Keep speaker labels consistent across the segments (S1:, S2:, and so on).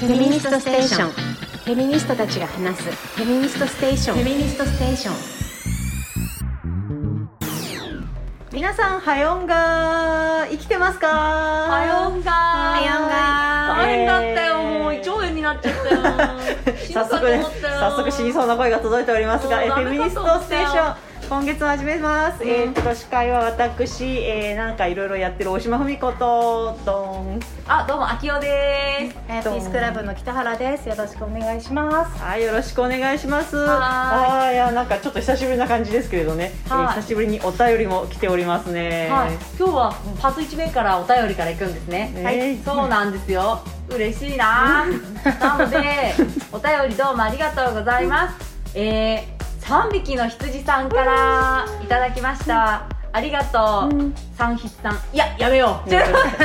S1: フェミニストステーションフェミニストたちが話すフェミニストステーションフェミニストステーション
S2: 皆さん、はよんが生きてますか
S3: はよんがー
S1: よんが
S3: は大変だったよ、
S2: えー
S3: もう胃腸炎になっちゃったよ
S2: 早速ね、早速死にそうな声が届いておりますが、
S3: もう
S2: えフ
S3: ダ
S2: ェミ
S3: メか
S2: ニス
S3: と思
S2: ト
S3: っ
S2: ス
S3: た
S2: テ
S3: よ
S2: ーション、今月も始めます。
S3: うん
S2: えー、と司会は私、えー、なんかいろいろやってる大島文子と、どん。
S3: あどうもあきおです
S1: えー、ピースクラブの北原ですよろしくお願いします
S2: はい、よろしくお願いします。
S3: は
S2: あーいや、なんかちょっと久しぶりな感じですけれどね、えー
S3: はい
S2: 久しぶりにお便りも来ておりますね。
S3: はい、今日はパート1面からお便りからいくんですね
S2: ね
S3: はい、そうなんですよ嬉しい ななのでお便りどうもありがとうございますえー、3匹の羊さんからいただきましたありがとう、三匹さんいややめよう
S2: ね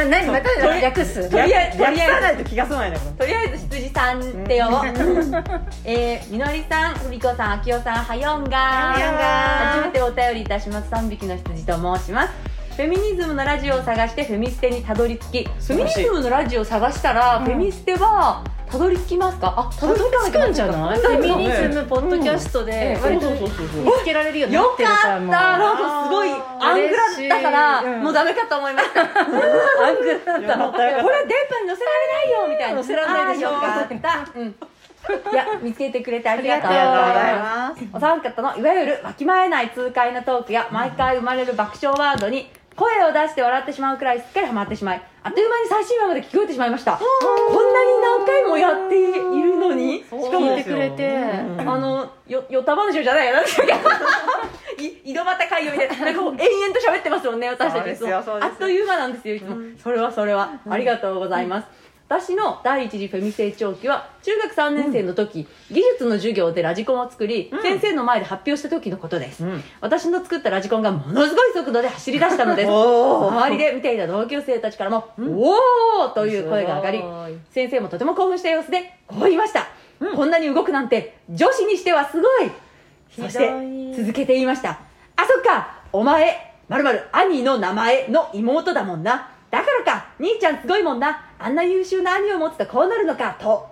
S1: 何ま
S2: とり
S1: た略す
S3: とりあえず
S2: ややらないと気が済まないね、これ
S3: とりあえず羊さんってよ、 えー、みのりさん、ふみこさん、あきおさん、はよんが
S2: はよんが
S3: 初めてお便りいたします3匹の羊と申しますフェミニズムのラジオを探してフェミステにたどり着きフ
S2: 素
S3: ェ
S2: 晴
S3: ミ
S2: ら
S3: ニ
S2: しい
S3: ズムのラジオを探したら、フェミステはたどり着きますかあ、たどり着かなきゃいけない
S2: い
S1: フェミニズムポッドキャストで割と見
S2: うそうそう
S1: つけられるように
S3: よ
S1: な
S3: か
S1: っ
S3: って
S1: るから
S3: た
S1: もう
S3: なんかすごいアングラだから、
S2: うん
S3: もうダメかと思いました アングラだった
S2: よかったよかった
S3: これ電波に乗せられないよみたいな
S1: 乗せられないでしょうか
S3: あーよかった、うん、いや見つけてくれてありがとう
S2: あ
S3: ご
S2: り
S3: ざ
S2: がとうご
S3: い
S2: ざい
S3: ます
S2: ます。
S3: お三方のいわゆるわきまえない痛快なトークや毎回生まれる爆笑ワードに声を出して笑ってしまうくらいすっかりハマってしまいあっという間に最新話まで聞こえてしまいましたこんなに何回もやっているのに
S2: し
S1: 聞いてくれて
S3: あのよよた話じゃないよなんていうか い井戸端会議みたいななんかこう延々と喋ってますもんね私たちいつ
S2: そうで
S3: も
S2: すよそうですよ
S3: あっという間なんですよいつも、それはそれは、ありがとうございます、私の第一次フェミ成長期は中学3年生の時、技術の授業でラジコンを作り、先生の前で発表した時のことです、
S2: ん
S3: 私の作ったラジコンがものすごい速度で走り出したので す
S2: おー
S3: 周りで見ていた同級生たちからも「おー!」という声が上がり
S2: すごい
S3: 先生もとても興奮した様子でこう言いました、こんなに動くなんて女子にしてはすごいそして続けて言いましたあそっかお前まるまる兄の名前の妹だもんなだからか兄ちゃんすごいもんなあんな優秀な兄を持つとこうなるのかと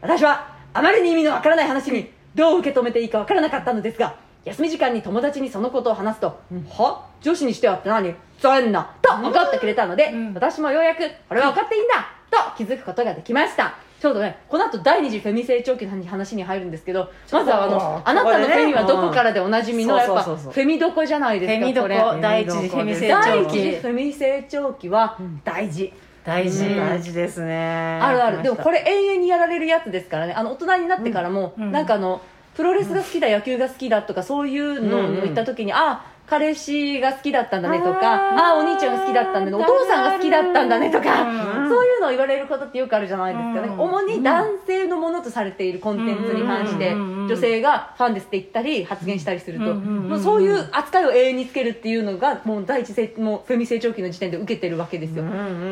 S3: 私はあまりに意味のわからない話にどう受け止めていいかわからなかったのですが休み時間に友達にそのことを話すと「は女子にしてはって何ざんな」と怒ってくれたので、私もようやく「これは分かっていいんだ!」と気づくことができましたちょうどねこの後第二次フェミ成長期の話に入るんですけどまずはあの
S2: あー
S3: あな
S2: ここ
S3: たのフ
S2: でね
S3: ェミはどこからでおなじみの
S2: うん
S3: やっぱフ
S2: そうそうそうそう
S3: ェミどこじゃないです
S1: フ
S3: か
S1: ェミどこ
S3: これ
S1: 第一次フェミ成
S3: 第
S1: 長
S3: 一次
S1: 期
S3: フェミ成長期は大事、
S1: 大事
S2: 大事ですね。
S3: あるあるでもこ
S2: れ
S3: れ永遠にやられるやつですからねあの大人になってからも、
S1: うん
S3: なんかあのプロレスが好きだ、野球が好きだとかそういうの
S2: うんうん
S3: を言った時に、あ彼氏が好きだったんだねとか
S2: あー
S3: あお兄ちゃんが好きだったんだねお父さんが好きだったんだねとか、
S2: うん
S3: そういうのを言われることってよくあるじゃないですか、ね
S1: うん
S3: 主に男性のものとされているコンテンツに関して、
S1: うんうんうんうん
S3: 女性がファンですって言ったり発言したりすると、
S1: うんうんうんうん
S3: もうそういう扱いを永遠につけるっていうのがもう第一せもうフェミ成長期の時点で受けてるわけですよ、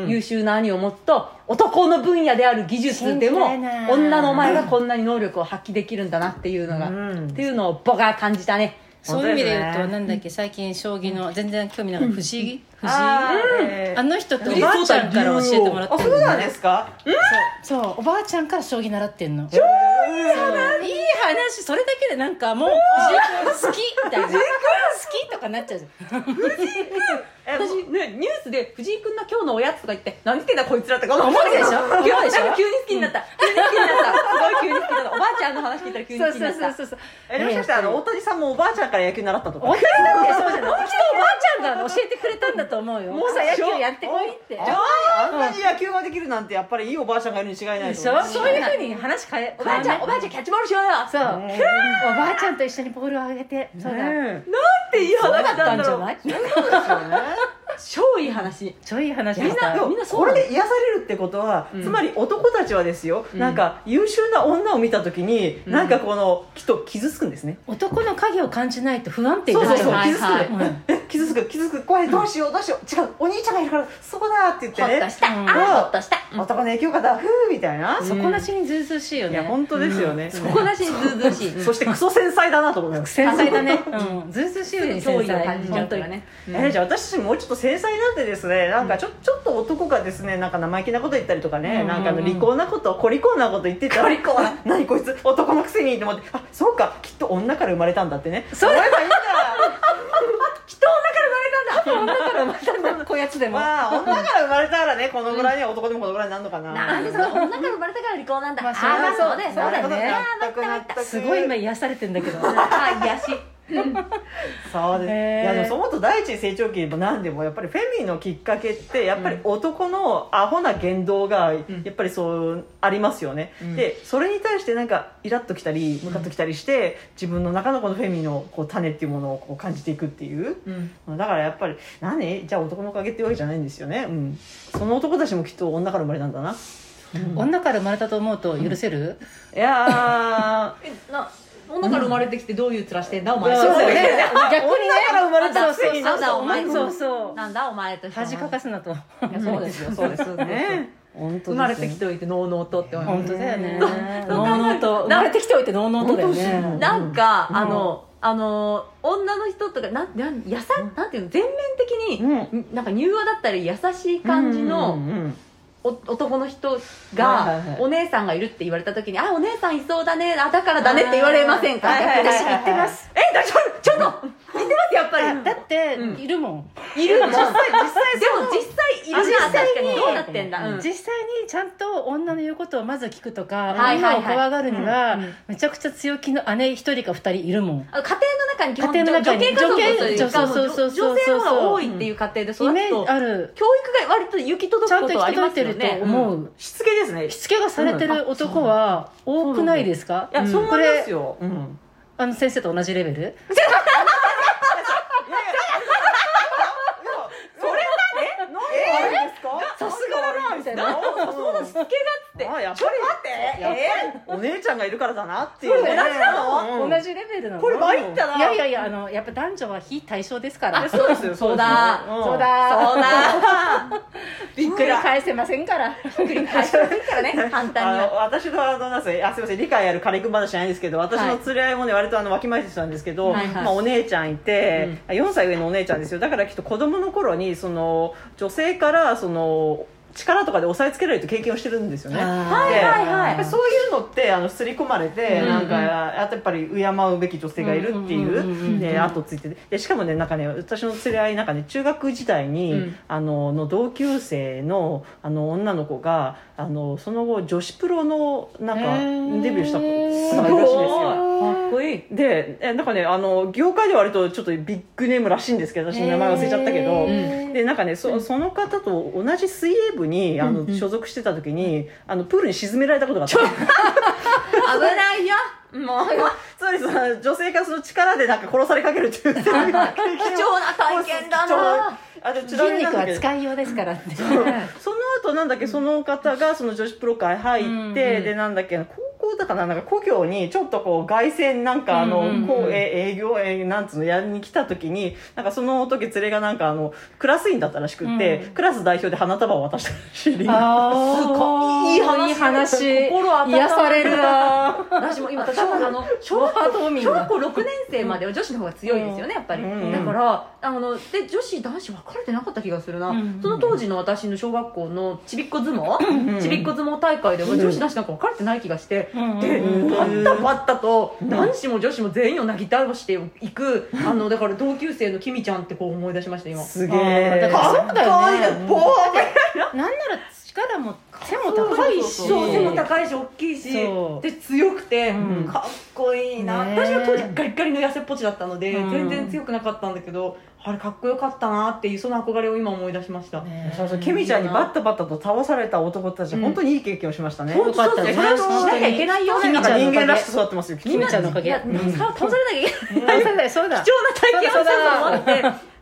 S3: 優秀な兄を持つと男の分野である技術でも
S1: 信じられない
S3: 女のお前がこんなに能力を発揮できるんだなっていうのが、
S2: うん
S3: っていうのを僕は感じたね
S4: そういう意味で言う
S2: 本
S4: と、
S2: 当ですね
S4: なんだっけ、最近将棋の全然興味なかった藤井藤井
S2: あ
S4: あ
S2: ーえー
S4: の人とお
S2: 藤井
S4: ば
S2: 聡
S4: あちゃ
S2: 太
S4: んから教えてもらって
S2: あ、
S4: る
S2: そうなんですか。
S4: そうそう、おばあちゃんから将棋習ってんの。そういい話、それだけでなんかもう、藤井君好きみたいな。好きとかなっちゃうじゃん。
S2: え
S3: 私ねニュースで藤井君の今日のおやつとか言って何してんだこいつらとか 思ってた
S4: 思うでしょ
S3: 急
S4: 思う
S3: に
S4: でしょ
S3: なんか急に好きになった急に好きになったすごい急に好きになったおばあちゃんの話聞いたら急に好きになった
S4: そうそう。
S2: え、でもしかして、あの、大谷さんもおばあちゃんから野球習ったとか。
S4: お昼なんてそうじゃない。きっとおばあちゃんが教えてくれたんだと思うよ。もうさ、野球やってこいって。
S2: ああんなに野球ができるなんて、やっぱりいいおばあちゃんがいるに違いないと思う。
S4: そういうふうに話変え、
S3: おばあちゃん、おばあちゃんキャッチボールしようよ
S4: そう。お
S2: ね
S4: ばあちゃんと一緒にボールをあげて、そうだ。
S2: ね
S3: なんていい
S4: そうだ
S3: 話だっ
S4: った
S3: たん
S4: ん
S3: だ
S4: じ
S3: ろ
S4: ゃ
S3: う
S4: ない
S3: 超いい話
S4: ちょい話
S3: みんな
S2: でも
S3: みんなそう
S2: こ
S3: なの
S2: れで癒されるってことは、
S3: うん
S2: つまり男たちはですよ、なんか優秀な女を見たときに、なんかこのきっと傷つくんですね、
S4: 男の影を感じないと不安定に
S2: そう
S4: な
S2: そ
S4: っ
S2: う
S4: ちゃ
S2: そうう
S3: はい
S2: 傷つくね、
S3: はい
S4: うん
S2: え傷つく傷つく怖いどうしようどうしよう違うお兄ちゃんがいるからそうだって言って
S3: ほっ
S2: ね
S3: とした、
S4: うん
S3: ああほっとした、うん
S2: 男の影響かだふうみたいな、
S4: 底なしにずうずうしいよ
S2: い
S4: ね
S2: や本当ですよね、
S3: そこなしにずうずうしい、
S2: そしてクソ繊細だなと思います
S4: 繊細だね、うん、ずうずうしいように繊
S3: 脅威を感
S4: 細
S3: じちゃうか
S4: 本
S3: らね
S4: 当に
S2: えーじゃあ私たちもうちょっと繊細なんでですねなんかちょちょっと男がですねなんか生意気なこと言ったりとかね、
S4: うん
S2: なんかあの利口なことこりこうなこと言ってたら
S3: こりこうな
S2: あ 何こいつ男のくせにと思ってあそうかきっと女から生まれたんだってね
S4: そう
S2: 思えばいいんだ
S4: こういうや つでも
S2: まあ女から生まれたらねこのぐらいには男でもこのぐらいになるのかな
S3: なんでその女が生まれたから離婚なんだ、
S4: ま
S3: あ
S4: あ
S3: ー、
S4: そりゃ
S3: まあそうね
S4: そう
S3: そうだよ
S4: そうだ
S3: ね
S4: ね
S3: あーまったまった
S4: すごい今癒されてんだ けど
S3: あー癒やし
S2: そうです、
S4: へー
S2: いやでもそう思うと第一次成長期でも何でもやっぱりフェミのきっかけってやっぱり男のアホな言動がやっぱりそうありますよね、でそれに対してなんかイラッときたりムカッときたりして、自分の中のこのフェミのこう種っていうものをこう感じていくっていう、だからやっぱり何じゃあ男のおかげっていうわけじゃないんですよね、うん、その男たちもきっと女から生まれたんだな
S4: 女から生まれたと思うと許せる、
S2: いや ー
S3: えな女から生まれてきてどういう面してんだお前
S2: そうだよね
S4: 逆にね
S2: 女から生まれたくせに
S4: そ
S2: な
S4: うそう
S3: あんたお前
S4: そうそう
S3: なんだお前と
S4: 恥かかすなと
S3: いやそうですよそうですそうです
S2: ね本当です
S3: 生
S2: よね
S3: まれてきておいてノーノーとって思い
S4: 本
S3: ま
S4: 当だよね
S3: そう考えると
S4: ノーノーと生まれてきておいてノーノーとだよ
S3: す
S4: ね
S3: なんか、あのあの女の人とかなんなんやさなんていうの全面的に、なんか柔和だったり優しい感じの、
S2: うんうんうん
S3: お男の人
S2: はいはい
S3: が
S2: はい
S3: お姉さんがいるって言われた時に「あお姉さんいそうだねあだからだね」って言われませんか
S2: はいはいはいはい
S3: 私言ってますえ大丈夫ちょっと言ってますやっぱり
S4: だっているもん、
S3: いるの
S2: 実
S3: で
S2: 際実
S3: も
S2: 際
S3: 実際いるな
S4: あ実
S3: 確
S4: 際に
S3: かにどうなってんだ、うん
S4: 実際にちゃんと女の言うことをまず聞くとか、
S3: はいはいはい
S4: 女を怖がるには、
S3: うんうん
S4: めちゃくちゃ強気の姉一人か二人いるもん
S3: あ家庭の中に基本
S4: 家庭の中に
S3: 女系家族というか
S4: 女系そうそうそうそう
S3: 女女性の方が多いっていう家庭で育つと
S4: イメージある
S3: 教育が割と行き届
S4: ちゃ
S3: く
S4: ん
S3: ことと
S4: 行
S3: はあ
S4: き
S3: りま
S4: 届い
S3: す
S4: て
S3: よ
S4: ると
S3: ね
S4: 思う、
S2: しつけですね
S4: しつけがされてる男は多くないですか、
S2: いや、そう
S4: こ
S2: 思いま
S4: れ
S2: すよ。うん。いやいや
S4: あの先生と同じレベル
S2: それだね。何があるんですか。さすがだなみたいな。そうだ、しつけだって。あ、やっぱり。やっぱりお姉ちゃんがいるからだなっていう。同じな
S4: 同。じレベルなの
S2: これ参ったな。
S4: いやいやいやあのやっぱ男女は非対称ですから
S2: や。そうですよ。
S3: そうだ
S2: ですよ
S4: そう。だ
S3: そうだ
S4: びっくり返せませんから
S3: ひっくり返してるからね簡単 に
S2: あ
S3: は
S2: の私のあのなんすかあすみません理解ある彼君話じゃないんですけど私
S3: は
S2: の
S3: い
S2: 連れ合いもね、割とあのわきまえてたんですけど、
S3: はいはい
S2: まあ、お姉ちゃんいて、4歳上のお姉ちゃんですよだからきっと子供の頃にその女性からその力とかで押さえつけられるという経験をしてるんですよね。
S4: はい
S2: はい
S3: はい
S2: やっぱりそういうのってあの刷り込まれて、
S3: うん
S2: なんかやっぱり敬うべき女性がいるってい
S4: うんうんうんうん
S2: うで後ついててでしかもねなんかね私の連れ合いなんかね中学時代に、
S3: うん
S2: あのの同級生のあの女の子があのその後女子プロのなん
S4: へー
S2: かデビューした子がいるらしいんです
S3: か
S2: よ。
S3: っこいい
S2: でえなんかねあの業界では割とちょっとビッグネームらしいんですけど私の名前忘れちゃったけど。
S4: へー
S2: でなんかねそその方と同じ水泳部にあの、所属してた時にあのプールに沈められたことがあった
S3: 危ないよもう
S2: つまりその女性がその力でなんか殺されかけるっていう貴重な
S3: 貴重な体 験だな
S2: あでちなみ
S4: 筋
S2: にな
S4: 肉
S2: んだ
S4: は
S2: けど
S4: 使いようですからって
S2: その後なんだっけその方がその女子プロ会入って、
S4: うんうん
S2: でなんだっけ高校だかななんか故郷にちょっとこう凱旋なんかあの、
S4: うんうんうん
S2: こうえ営業えなんつうのやりに来た時になんかその時連れがなんかあのクラス員だったらしくって、
S4: うん
S2: クラス代表で花束を渡したらしい。
S4: あー
S2: いい話
S4: いい話
S2: 心温まる
S4: 癒されるな
S3: 私も今小あの小
S4: ハートウォーミング
S3: 小
S4: だ
S3: 学校6年生までは女子の方が強いですよねやっぱり、
S2: うん
S3: だからあので女子男子分かれてなかった気がするな、
S4: うん
S3: その当時の私の小学校のちびっこ相撲
S2: ん
S3: ちびっこ相撲大会では
S2: うん
S3: 女子男子なんか分かれてない気がして、
S4: うん
S3: で
S2: うん
S3: バッタバッタと
S2: ん
S3: 男子も女子も全員をなぎ倒していくあのだから同級生のきみちゃんってこう思い出しました今
S2: すげ
S4: あーだ
S2: え
S4: からそうだよね
S2: かっこいいなボーって
S4: なんなら力も背も高いし
S3: そう背も高いし大きいし
S4: そう
S3: で強くて、
S4: ん
S3: かっこいいな、
S4: ねえ
S3: 私は当時ガリガリの痩せっぽちだったので、
S4: うん
S3: 全然強くなかったんだけどあれかっこよかったなっていうその憧れを今思い出しました、
S4: ね
S2: そうそうケミちゃんにバッタバッタと倒された男たち、
S3: うん
S2: 本当にいい経験をしましたね。
S4: 本当そうです
S2: よかった
S3: それをしなきゃいけないよ
S4: 本当に
S2: な
S3: なんん
S4: ケミち
S2: か
S4: ゃんのおかげ
S2: 人間らしく育ってますよ。
S4: キミちゃんのおか
S3: い
S4: げ
S3: や
S4: うん
S3: 倒されなきゃいけない
S4: そうだそうだ
S3: 貴重な体験をしたと思って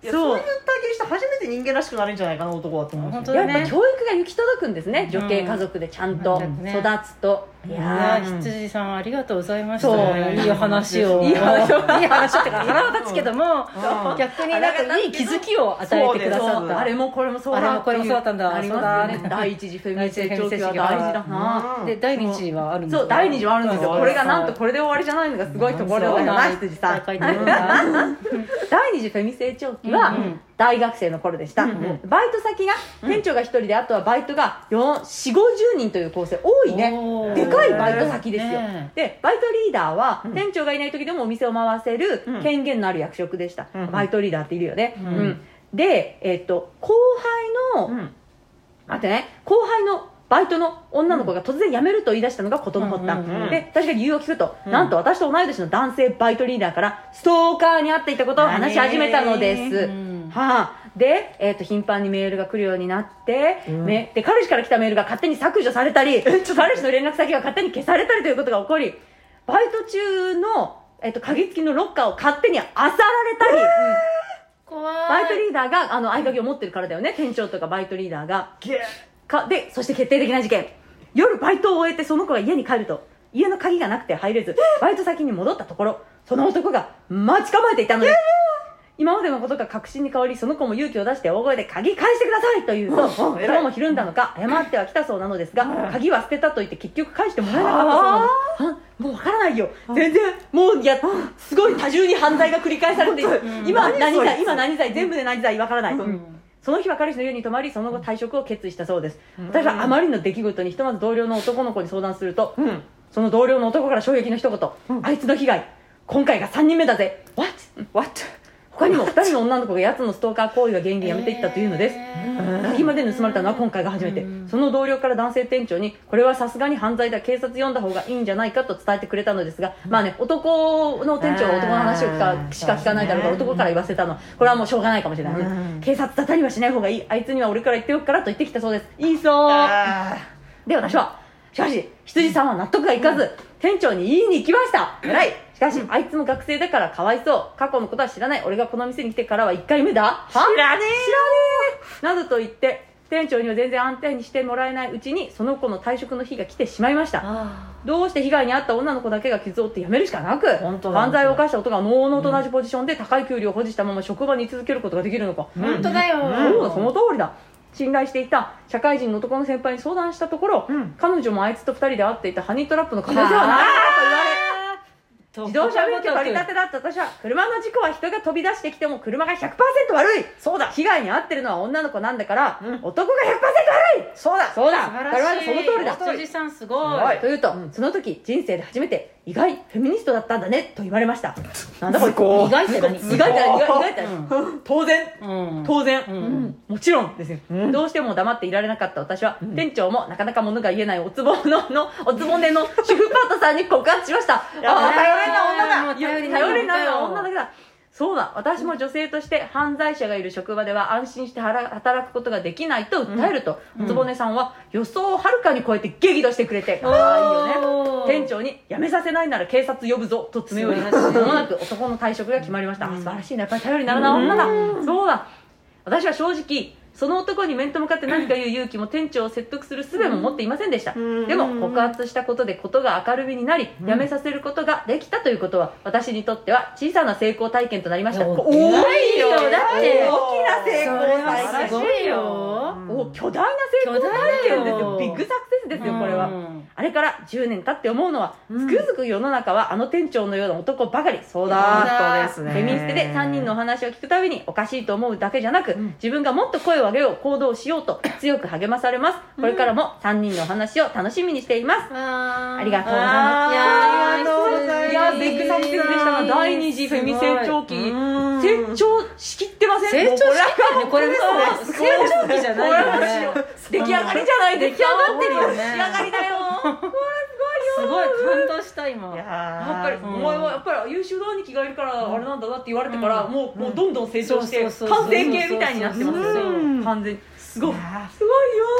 S2: いや
S3: そ
S2: そういう
S3: う
S2: 体験して初めて人間らしくなるんじゃないかな男はと思う。
S4: 本当だ
S3: やっぱ
S4: ね
S3: 教育が行き届くんですね女系家族でちゃんと
S4: うん
S3: 育つと、
S4: いやー、羊さんありがとうございました。いい話を。
S2: いい
S4: 話を。いい話ってか腹は立つけども、逆になんかいい気づきを与えてくださ
S2: そう
S4: っ
S2: です
S4: た。
S3: あれもこれもそうだって
S4: あ
S3: い
S4: れもこれもそうだったんだ
S3: ありますよね第一次フェミニスト成長期は大事だな
S2: うん
S4: で、第二次はあるんです
S3: そう第二次はあるんですよ
S2: そう
S3: これがなんとこれで終わりじゃないのがすごいところだよな羊さん
S4: 書いてるんだ。
S3: 第二次フェミ成長期は
S4: うんうん
S3: 大学生の頃でした、バイト先が店長が1人であとはバイトが4 4 5 0人という構成多い
S4: お
S3: ね
S4: ー
S3: でかいバイト先ですよ、
S4: ね
S3: でバイトリーダーは店長がいない時でもお店を回せる
S2: うん
S3: 権限のある役職でした、
S2: うん
S3: バイトリーダーっているよね、
S4: ん
S3: うんで、えっと後輩の、
S2: うん
S3: 待ってね後輩のバイトの女の子が突然辞めると言い出したのが事の発端、
S4: うんうん
S2: うん
S3: で確かに理由を聞くと、
S2: うん
S3: なんと私と同い年の男性バイトリーダーからストーカーに会っていたことを話し始めたのです、
S4: うん
S3: はあ、で、えっと頻繁にメールが来るようになって、
S2: うん
S3: ね、で彼氏から来たメールが勝手に削除されたり彼氏の連絡先が勝手に消されたりということが起こりバイト中の、えっと鍵付きのロッカーを勝手に漁られたり、
S4: 怖い。
S3: バイトリーダーがあの合鍵を持ってるからだよね店長とかバイトリーダーが。
S2: げ
S3: かでそして決定的な事件夜バイトを終えてその子が家に帰ると家の鍵がなくて入れずバイト先に戻ったところその男が待ち構えていたのです今までのことが確信に変わりその子も勇気を出して大声で「鍵返してください!」と言うと
S2: うんうん偉い
S3: 今もひるんだのか謝っては来たそうなのですが鍵は捨てたと言って結局返してもらえなかったそうなんですはもうわからないよ全然もういやすごい多重に犯罪が繰り返されている
S4: うん
S3: 今
S2: 何
S3: 何
S2: それ
S3: 罪今何罪全部で何罪わからない、
S4: うん
S3: その日は彼氏の家に泊まりその後退職を決意したそうです私はあまりの出来事にひとまず同僚の男の子に相談すると
S2: うん
S3: その同僚の男から衝撃の一言、あいつの被害今回が3人目だぜ What?
S2: What?
S3: 他にも2人の女の子が奴のストーカー行為が原因でやめていったというのです、鍵まで盗まれたのは今回が初めて、その同僚から男性店長にこれはさすがに犯罪だ警察呼んだ方がいいんじゃないかと伝えてくれたのですが、まあね男の店長は男の話を
S2: あ
S3: か
S2: ー
S3: しか聞かないだろうから
S2: そうね
S3: 男から言わせたのはこれはもうしょうがないかもしれない、
S2: うん
S3: 警察沙汰にはしない方がいいあいつには俺から言っておくからと言ってきたそうですいいそう
S2: あ
S3: で私はしかし羊さんは納得がいかず、店長に言いに行きました偉いしかし、あいつも学生だからかわいそう過去のことは知らない俺がこの店に来てからは1回目だは知らねえ知らねえなどと言って店長には全然安定にしてもらえないうちにその子の退職の日が来てしまいましたどうして被害に遭った女の子だけが傷を負って辞めるしかなく
S2: 本当だ
S3: 犯罪を犯した男が能々と同じポジションで高い給料を保持したまま職場に居続けることができるのか、
S4: 本当だよ。
S3: そうだその通りだ信頼していた社会人の男の先輩に相談したところ、
S2: ん
S3: 彼女もあいつと2人で会っていたハニートラップの可能性はないと言われ自動車免許取り立てだった私は車の事故は人が飛び出してきても車が100%悪いそうだ被害に遭ってるのは女の子なんだから、
S2: うん
S3: 男が100%悪いそうだそうだ
S4: 素晴
S3: それ
S4: ら
S3: は
S4: しい。
S3: その通りだ
S4: 羊さんすご
S2: すご
S4: い
S2: い。
S3: というと、その時人生で初めて意外フェミニストだったんだねと言われましたなんだこれ
S2: ご
S3: 意外って何意外って何意外って何当然
S4: うん
S3: 当然、
S4: ん
S3: もちろんですよ、どうしても黙っていられなかった私は、店長もなかなか物が言えないおつぼの のおつぼねの主婦パートさんに告発しました
S2: や
S3: あー
S2: 頼れない女だ
S4: もう頼れない
S3: 頼れないのは女だけだそうだ私も女性として犯罪者がいる職場では安心して働 働くことができないと訴えると、おつぼねさんは予想をはるかに超えて激怒してくれてかわいいよ
S4: おー
S3: ね店長に辞めさせないなら警察呼ぶぞと詰め寄り
S4: 素晴らしい
S3: 間もなく男の退職が決まりました、あ素晴らしいなやっぱり頼りにならない女だそうだ私は正直その男に面と向かって何か言う勇気も店長を説得する術も持っていませんでした、
S2: うん
S3: でも告発したことでことが明るみになり、やめさせることができたということは私にとっては小さな成功体験となりました
S4: お
S3: お
S4: 偉
S3: いよ
S4: よ
S3: だって
S2: 大きな成
S4: そ
S2: 功
S4: れ
S2: 体
S4: は
S2: 験
S4: すごいよ。
S3: お巨大な成功体験です
S4: 巨
S3: よ
S4: 大だよ
S3: ビッグサクセスですよこれは、
S4: うん
S3: あれから10年経って思うのは、つくづく世の中はあの店長のような男ばかりそうだ
S2: 本当ですね
S3: フェミニストで3人のお話を聞くたびにおかしいと思うだけじゃなく、自分がもっと声を上げよう行動しようと強く励まされますこれからも3人のお話を楽しみにしています、
S4: あ
S3: ありがとうござい
S2: あ
S3: ま
S2: ー
S3: す
S4: やー
S2: ありがとうござ
S3: い
S2: い
S3: や
S2: ます
S3: ービッグサクセスでしたな第二次フェミ成長期
S2: すごい
S3: 成長しきってません
S4: 成長してたねこれも 成長期じゃ
S3: もうこれは
S4: ないよね
S3: 出来上がりじゃない出来上がってるよ
S4: そうだよね
S3: 仕上がりだよ これ
S4: すごい感動した今
S2: いや
S3: やっ
S2: ー
S3: ぱり、お前はやっぱり優秀な兄貴がいるからあれなんだなって言われてから、
S4: うん
S3: もうもうどんどん成長して
S4: そうそうそう
S3: 完成形みたいになってますよ
S4: う
S3: ね完全にすごい
S2: いや
S3: すごい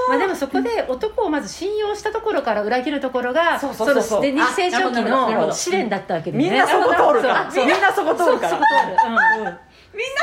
S4: まあ
S3: よ
S4: でもそこで男をまず信用したところから裏切るところが
S2: そうそうそうそう
S4: ので二次成長期
S3: あなるほどなるほ
S4: の
S3: ど
S4: 試練だったわけでね
S2: みんなそこ通るから
S4: そう
S2: みんなそこ通るから
S4: そうそうそう
S2: うん
S3: みんな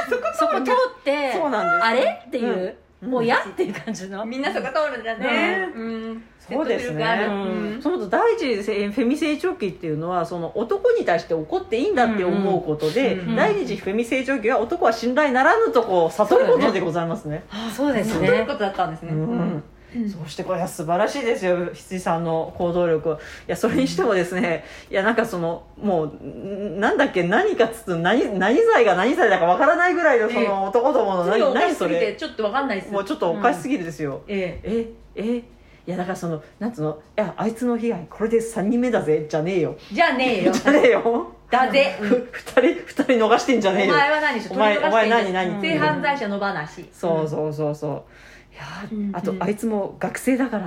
S3: そこ
S4: そこ通って
S2: そうなんです
S4: あれっていう、もうやっていう感じの、
S3: みんなそこ通るんだね。うん。
S2: そうですね
S3: 説得力ある
S2: うんそもそも第一次フェミ成長期っていうのはその男に対して怒っていいんだって思うことで、
S4: うんうん
S2: 第二次フェミ成長期は男は信頼ならぬとこを悟ることでございますね。
S4: あそうです
S3: そういう
S4: ね
S3: ことだったんですね。
S2: うんそしてこれは素晴らしいですよ羊さんの行動力いやそれにしてもですねいやなんかそのもうんなんだっけ何かっつうと何何罪が何罪だかわからないぐらいのそ
S3: ええ
S2: の男どもの
S3: それ
S2: 何
S3: おか
S2: 何
S3: しす
S2: そ
S3: ぎて
S2: れ
S3: ちょっとわかんないです。
S2: もうちょっとおかしすぎるですよ、
S3: ええ。
S2: ええいやだからそのなんつうのいやあいつの被害これで3人目だぜじゃねえよ
S3: じゃあねえ よ。
S2: じゃねえよ
S3: だぜ。
S2: ふ2人2人逃してんじゃ
S3: お
S2: ねえ
S3: 前
S2: よ
S3: は何でしょ
S2: お前
S3: 取り逃がしてんじ
S2: お
S3: ゃん
S2: 前何何
S3: 性犯罪者の話。
S2: そうそうそうそういや
S3: うんうん
S2: あとあいつも学生だから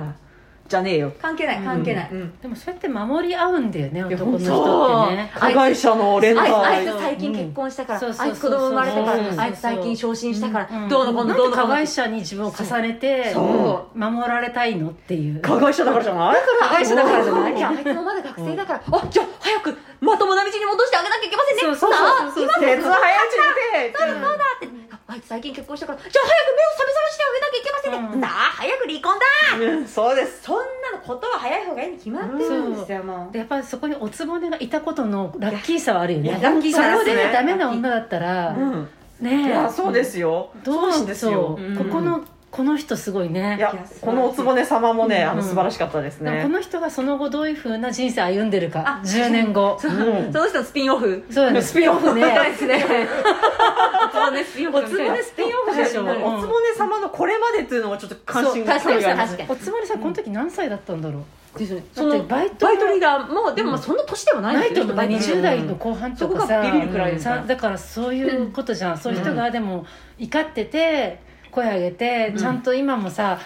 S2: じゃねえよ
S3: 関係ない関係ない。うん
S4: でもそうやって守り合うんだよね
S2: いや
S4: 男の人ってね
S2: 加害者の連
S3: あいつあい
S2: 帯
S3: つ最近結婚したから、
S4: うん
S3: あいつ子供生まれた
S2: そう
S3: か
S2: そうそう
S3: ら、あいつ最近昇進したから、
S4: ん
S3: どうのこうのどうの
S4: なんで加
S3: こうの
S4: 害者に自分を重ねて
S2: そ
S4: 守られたいのっていう
S2: 加害者だからじゃない
S3: 加害者だからじゃない
S2: うん
S3: いやあいつもまだ学生だから、あじゃあ早くまともな道に戻してあげなきゃいけませんね
S4: そうそうそうそう
S3: なあ今
S2: 鉄
S3: の
S2: は早くに
S3: そうだそうだって、ああいつ最近結婚したからじゃあ早く目を覚めさましてあげなきゃいけませんね、
S4: うん
S3: なあ早く離婚だ
S2: てうんそうです
S3: そんなのことは早い方がいいに決まってるんですよ、もう
S4: でやっぱりそこにおつぼねがいたことのラッキーさはあるよ
S2: いや
S4: ね
S2: ラッキー
S4: そ
S2: さ
S4: れ
S2: で
S4: を
S2: すね
S4: でもダメな女だったら、
S2: うんい
S4: ね
S2: やそうですよ
S4: どう
S2: そ
S4: し
S2: なんですよ
S4: そうここのこの人すごいね
S2: いや
S3: いや素晴らしい
S2: このおつぼね様もねあ
S4: う
S2: の
S4: ん
S2: 素晴らしかったです
S4: でも
S2: ね
S4: この人がその後どういうふうな人生歩んでるか
S3: あ
S4: 10年後
S3: そ
S2: うん
S3: その人のスピンオフ
S4: そうだねスピンオフ
S3: みた
S4: ね
S3: いですねおつぼね スピンオフ
S4: おつぼねスピンオフでしょ、
S2: おつぼね様のこれまでっていうのもちょっと関心が
S3: そう確
S2: 興
S3: かに
S2: 味があります
S3: 確かに
S4: おつぼねさんこの時何歳だったんだろう、
S3: ですね
S4: だってバイトが
S3: バイトリーダーもでもまあそんな年でもないん
S4: な
S3: で
S4: い
S3: す
S4: と
S3: よ
S4: 思う
S3: バイト
S4: ね
S3: リーダ
S4: 20
S3: ー
S4: 代の後半とか
S3: そこ
S4: さ
S3: がビビるくらいですから
S4: さだからそういうことじゃん、そういう人がでも怒ってて声上げて、ちゃんと今もさ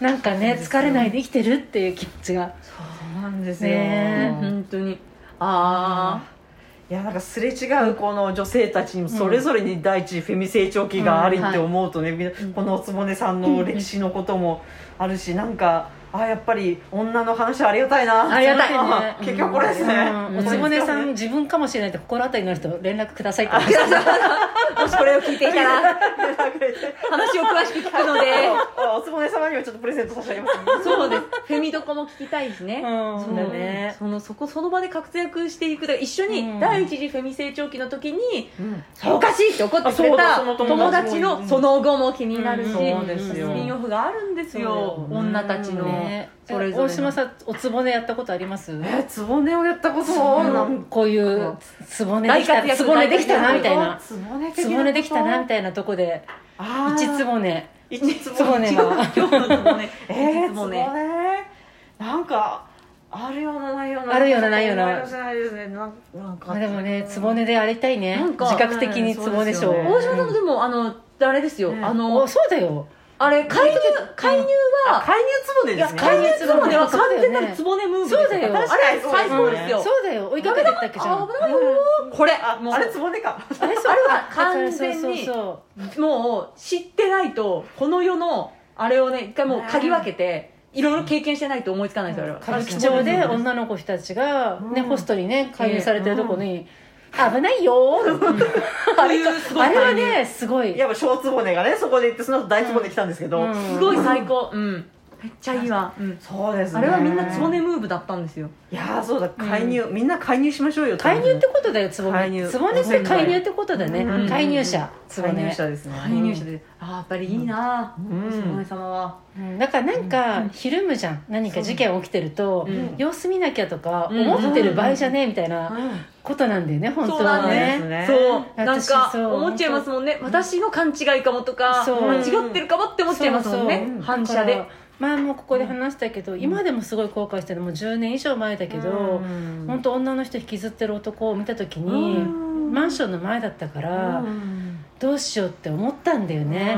S4: なんかね疲れないで生きてるっていう気持ちが
S2: そうなんですよ、
S4: ね
S2: うん
S3: 本当にあ
S2: いやなんかすれ違うこの女性たちにもそれぞれに第一フェミ成長期がありって思うとね、みんなこのおつぼねさんの歴史のこともあるし、なんかあやっぱり女の話ありがたいな
S4: ありがたいね
S2: あ結局これですね、
S4: うんおつぼねさ ん自分かもしれないって心当たりのある人連絡くださいって言って
S3: あもしこれを聞いていたら話を詳しく聞く ので
S2: おつぼね様にはちょっとプレゼント差し上げます、
S3: そうですフェミドコも聞きたいしね、
S4: うん
S3: そう
S4: そうだね
S3: そのそこその場で活躍していくだから一緒に
S4: うん
S3: 第一次フェミ成長期の時に、
S2: うん
S3: おかしいって怒ってくれ
S2: あ
S3: た
S2: そうだその友
S3: 友
S2: 達
S3: 達
S2: も
S3: のその後も気になるし、
S4: うん
S2: そうですよ
S3: スピンオフがあるんですよ
S2: そうだよね
S3: 女たちの、
S4: ね
S3: それぞれの
S4: 大島さんおつぼねやったことあります
S2: えつぼねをやったことなん
S4: こういうつぼねでき
S3: 大活
S4: た
S3: 躍
S4: つぼねできたなみたいな
S2: つぼね
S4: つぼねできたなみたいなとこで
S2: あー
S4: 一つぼね
S2: 一つ
S4: つぼねの
S3: 今日のつもね
S2: えー、
S3: いつ
S2: も
S3: も
S2: う
S3: ね
S2: ねなんかあるようなないような
S4: あるようなないような
S2: あるじゃないですねなんなんか
S4: まあでもねつぼねでありたいね
S3: なん
S4: 自
S3: か
S4: 覚的につぼね賞
S2: うん
S3: 大島さんもでもあのあれですよ、
S2: ね
S3: あ
S4: お
S3: の
S4: そうだよ
S3: あれ介入介入は
S2: 介入つぼねですね
S4: いや
S3: 介入つもねは完全なるつもねムーブです
S4: そうだよ
S3: あれ最高です
S4: そ
S3: よ、
S4: うだよ追いかけてったっけじゃん
S3: 危ないよこれ
S2: あ
S3: もう
S2: あれつぼねか
S4: あれそう
S3: あれは
S4: だから
S3: 完全に
S4: そうそうそ
S3: もう知ってないとこの世のあれをね一回もう嗅ぎ分けていろいろ経験してないと思いつかないですよあれ
S4: う
S3: は
S4: 歌舞伎町で女の子たちがね
S2: うん
S4: ホストにね勧誘されてるとこに危ないよー
S3: あれす ごい
S4: あれはねすごい
S2: やっぱ小つぼねがねそこで行ってその後大つぼね来たんですけど、
S4: うん
S3: すごい最高うんめっちゃいいわうん
S2: そうですね
S3: あれはみんなつぼねムーブだったんですよ
S2: いやーそうだ介入、みんな介入しましょうよ
S4: 介入ってことだよつぼ
S2: 介
S4: ね
S2: 入
S4: つぼねって介入ってことだね
S2: うん
S4: 介入者つぼ
S2: 介入
S4: ね
S2: 者ですね
S3: 介入者であーやっぱりいいなあ
S2: ん
S3: おつぼね様は
S4: うんだからなんかひるむじゃん何か事件起きてると
S3: うん
S4: 様子見なきゃとか思ってる場合じゃねえみたいな
S2: うん
S4: ことなんだよね本
S3: そう
S4: 当
S3: な
S4: は
S3: ん
S2: ね
S4: ね
S3: です
S2: そう
S3: そ
S4: 私
S3: うなんか
S4: そう
S3: 思っちゃいますもんね私の勘違いかもとか
S4: そう
S3: 間違ってるかもって思っちゃいますもん
S4: そう
S3: ね
S4: そう
S3: 反射
S4: だか
S3: で
S4: ら前もここで話したけど、今でもすごい後悔してるのもう10年以上前だけど、
S2: うん
S4: 本当女の人引きずってる男を見た時に、
S2: うん
S4: マンションの前だったから、どうしようって思ったんだよね、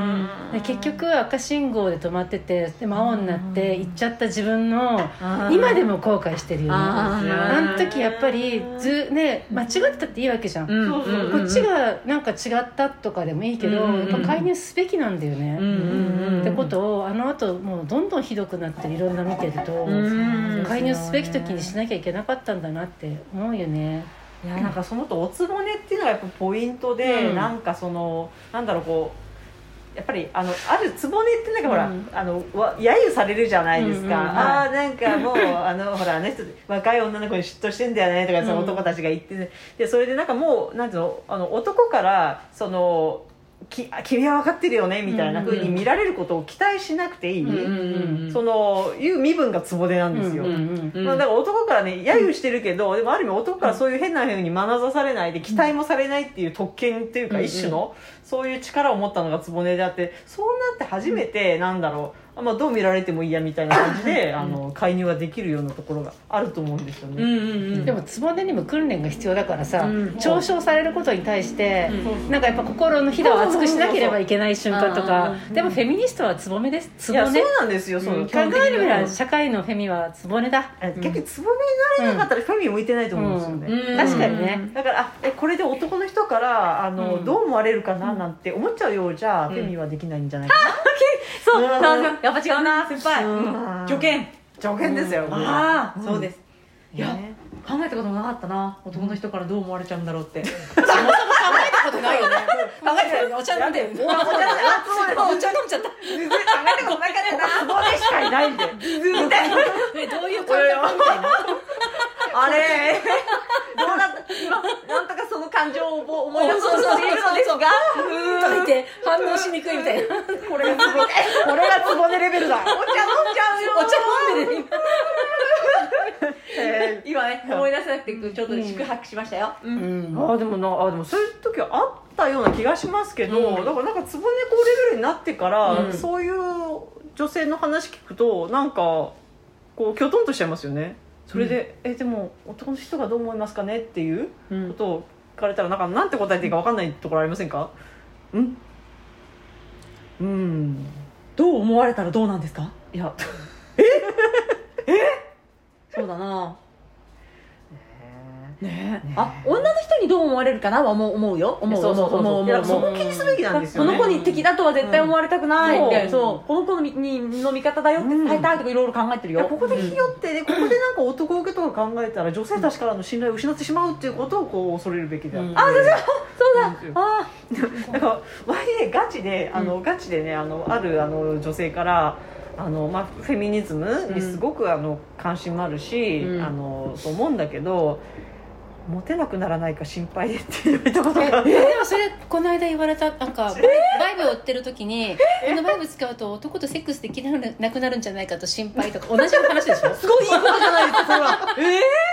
S4: で結局赤信号で止まっててでも青になって行っちゃった自分の、今でも後悔してるよねあ
S3: あ
S4: の
S3: ー
S4: 時やっぱりずね間違ってたっていいわけじゃん、
S3: うん
S2: そうそう
S4: こっちがなんか違ったとかでもいいけど、
S3: うんうんうん
S4: やっぱ介入すべきなんだよね、
S3: うんうんうん
S4: ってことをあの後もうどんどんひどくなってるいろんな見てると、
S3: うん
S4: 介入すべき時にしなきゃいけなかったんだなって思うよね。
S2: いやなんかそのとおつぼねっていうのがやっぱポイントで、
S4: うん
S2: なんかそのなんだろうこうやっぱりあのあるつぼねってなんかほら、
S4: うん
S2: あのわ揶揄されるじゃないですか、
S4: うんうんうん
S2: ああなんかもうあのほらあの人若い女の子に嫉妬してんだよねとかその
S4: うん
S2: 男たちが言って、ねでそれでなんかもうなんていうのあの男からそのきあ君は分かってるよねみたいな風に見られることを期待しなくていい、
S3: うん
S2: そのいう身分がつぼねなんですよ、
S4: うんうん
S3: うん
S2: まあ、だから男からね揶揄してるけど、でもある意味男からそういう変なふうに眼差されないで期待もされないっていう特権っていうか
S3: うん
S2: 一種の、そういう力を持ったのが局であってそうなって初めてなんだろう、まあ、どう見られてもいいやみたいな感じで、あの介入ができるようなところがあると思うんですよね。
S3: うんうんうん
S4: でもつぼねにも訓練が必要だからさ、
S3: うん
S4: 嘲笑されることに対して、
S3: うん
S4: なんかやっぱ心のひだを厚くしなければいけない瞬間と
S3: う
S4: か
S3: んうんうん
S4: でもフェミニストはつぼめですつ
S2: い
S4: ぼ
S2: やそう
S4: ね
S2: なんですよ、そううん基
S4: 考
S2: 本的
S4: える
S2: に
S4: べ
S2: は
S4: ら社会のフェミはつぼねだ、
S2: え結局つぼねになれなかったらフェミ向いてないと思うんですよね。
S3: うん
S4: 確かにね、
S2: だからあえこれで男の人からあの、
S4: うん
S2: どう思われるかななんて思っちゃうようじゃ、
S3: ん
S2: フェミはできないんじゃないかな、
S3: そう、
S2: うん
S3: そうそうやっぱ違うな先輩
S2: うん
S3: 助言
S2: 助言ですよ、これ
S3: ああ
S2: ん
S3: そうですいや
S2: ね
S3: 考えたこともなかったな男の人からどう思われちゃうんだろうってそもそも考えたことないよね考えてないお茶飲んでお茶お茶飲んじゃった
S2: 全然考えたことなかったなツボでしかい ないんで
S3: えどういう感覚みたいな
S2: あれ
S3: どうなった今なんとかその感情を思い出そうとしているのですがうーんといて反応しにくいみたいな
S2: これがツボこれがツボでレベルだお茶飲んじゃうよ
S3: お茶飲んでる今
S2: え
S3: 今ね思い出せなくてちょっと宿泊しましたようん
S4: うん
S2: ーあーでもなあーでもそういう時はあったような気がしますけど、
S3: うん
S2: だからなんかツボ猫レベルになってから、
S3: うん
S2: そういう女性の話聞くとなんかこうきょとんとしちゃいますよねそれで、えでも男の人がどう思いますかねっていうことを聞かれたらなんかなんて答えていいかわかんないところありませんかうんうん
S3: どう思われたらどうなんですか
S2: いや
S3: そうだなね
S2: ね
S3: あ女の人にどう思われるかなは思う思うよ思う
S2: そうそうそうそうい
S3: 思う思う
S2: や
S3: 思
S2: そうこ気にすべきなんですよね
S3: この子に敵だとは絶対思われたくないみたいな、
S2: うん
S3: そうこの子のみにの味方だよって伝えたいとかいろいろ考えてる
S2: いや
S3: よ
S2: ここでひよって、ね、ここでなんか男受けとか考えたら女性たちからの信頼を失ってしまうっていうことをこう恐れるべきだ、
S4: うん
S2: あ先
S3: そうだ
S2: 生
S3: あ
S2: なんか前ねガチであの、ガチでねあのあるあの女性からあの、まあ、フェミニズムにすごく、あの関心もあるし、
S3: うん
S2: あのと思うんだけどモテなくならないか心配でって言われたことがある
S5: でもそれこの間言われたなんかバイブを売ってる時にこのバイブ使うと男とセックスできなくなるんじゃないかと心配とか同じ話でしょ
S3: すごいいいことじゃないですかそ れは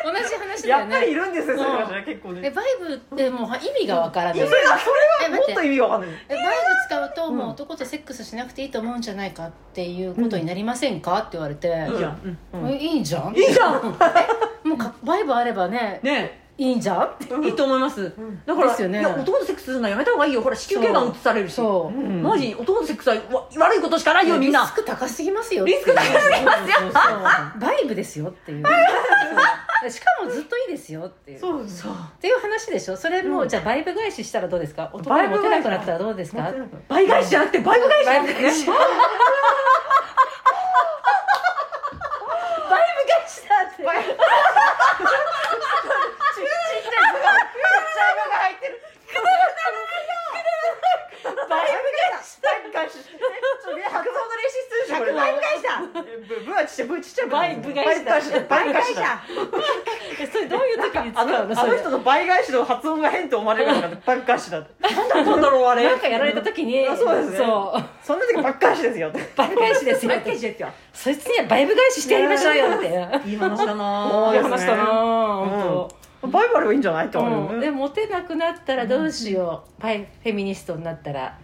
S5: 同じ話だ
S2: や
S5: よ
S2: っぱりい
S5: ね
S2: るんですよ、そういう人たちは結構
S5: で
S2: ね
S5: バイブってもう意味がわからない
S2: それがそ
S5: え
S2: れはも
S5: 待
S2: っ
S5: っ
S2: と
S5: て
S2: 意味がわかんない
S5: えバイブ使うともう男とセックスしなくていいと思うんじゃないかっていうことになりませんかって言われて、
S2: いいじゃん、うんうん
S5: えいいじゃん
S3: いいじゃん
S5: もうかバイブあればね
S3: ね
S5: いいんじゃんって
S3: いいと思います、だから
S5: ですよね
S3: いや男とセックスするのはやめた方がいいよほら子宮頸がん移されるし
S5: そうう、
S2: ん
S3: マジ男とセックスはわ悪いことしかないよみん
S5: リ
S3: な
S5: スク高すぎますよ
S3: リスク高すぎますよ
S5: バイブですよっていう そうしかもずっといいですよっていう
S2: そうそう
S5: っていう話でしょそれも、じゃあバイブ返ししたらどうですか男
S2: バイ
S5: に
S2: ブ
S5: モテ
S2: 返
S5: な
S2: し
S5: くなったらどうですか
S3: 倍返しじゃなくて 倍返し
S5: バイブ返しバイブ返しだって
S2: 返し発
S3: 倍
S2: 音の練習するでしょこれ
S3: 倍返しだ
S2: ブブはちっちゃいブちっちゃい
S3: 倍返しだ
S2: 倍返しだ倍返しだ
S5: えそれどういう時に
S2: あ
S5: 使うの
S2: のあ
S5: そ
S2: の
S5: れ
S2: 人の倍返しの発音が変と思われるから倍返しだって
S3: なんだろうあれ
S5: なんかやられた時に
S2: あそうですね
S5: そう
S2: そんな時ばっかしですよって
S5: バイブ返しですよ
S3: 倍返しですよ
S5: そいつにはバイブ返ししてやりましょうよって
S3: いい話だ
S2: そ
S3: な
S2: う
S5: いい
S2: ですね
S5: 話だな本
S2: うんバイバルはいいんじゃないと
S5: 当
S2: 思う
S5: うん
S2: よ
S5: で
S2: ね
S5: モテなくなったらどうしようバイフェミニストになったら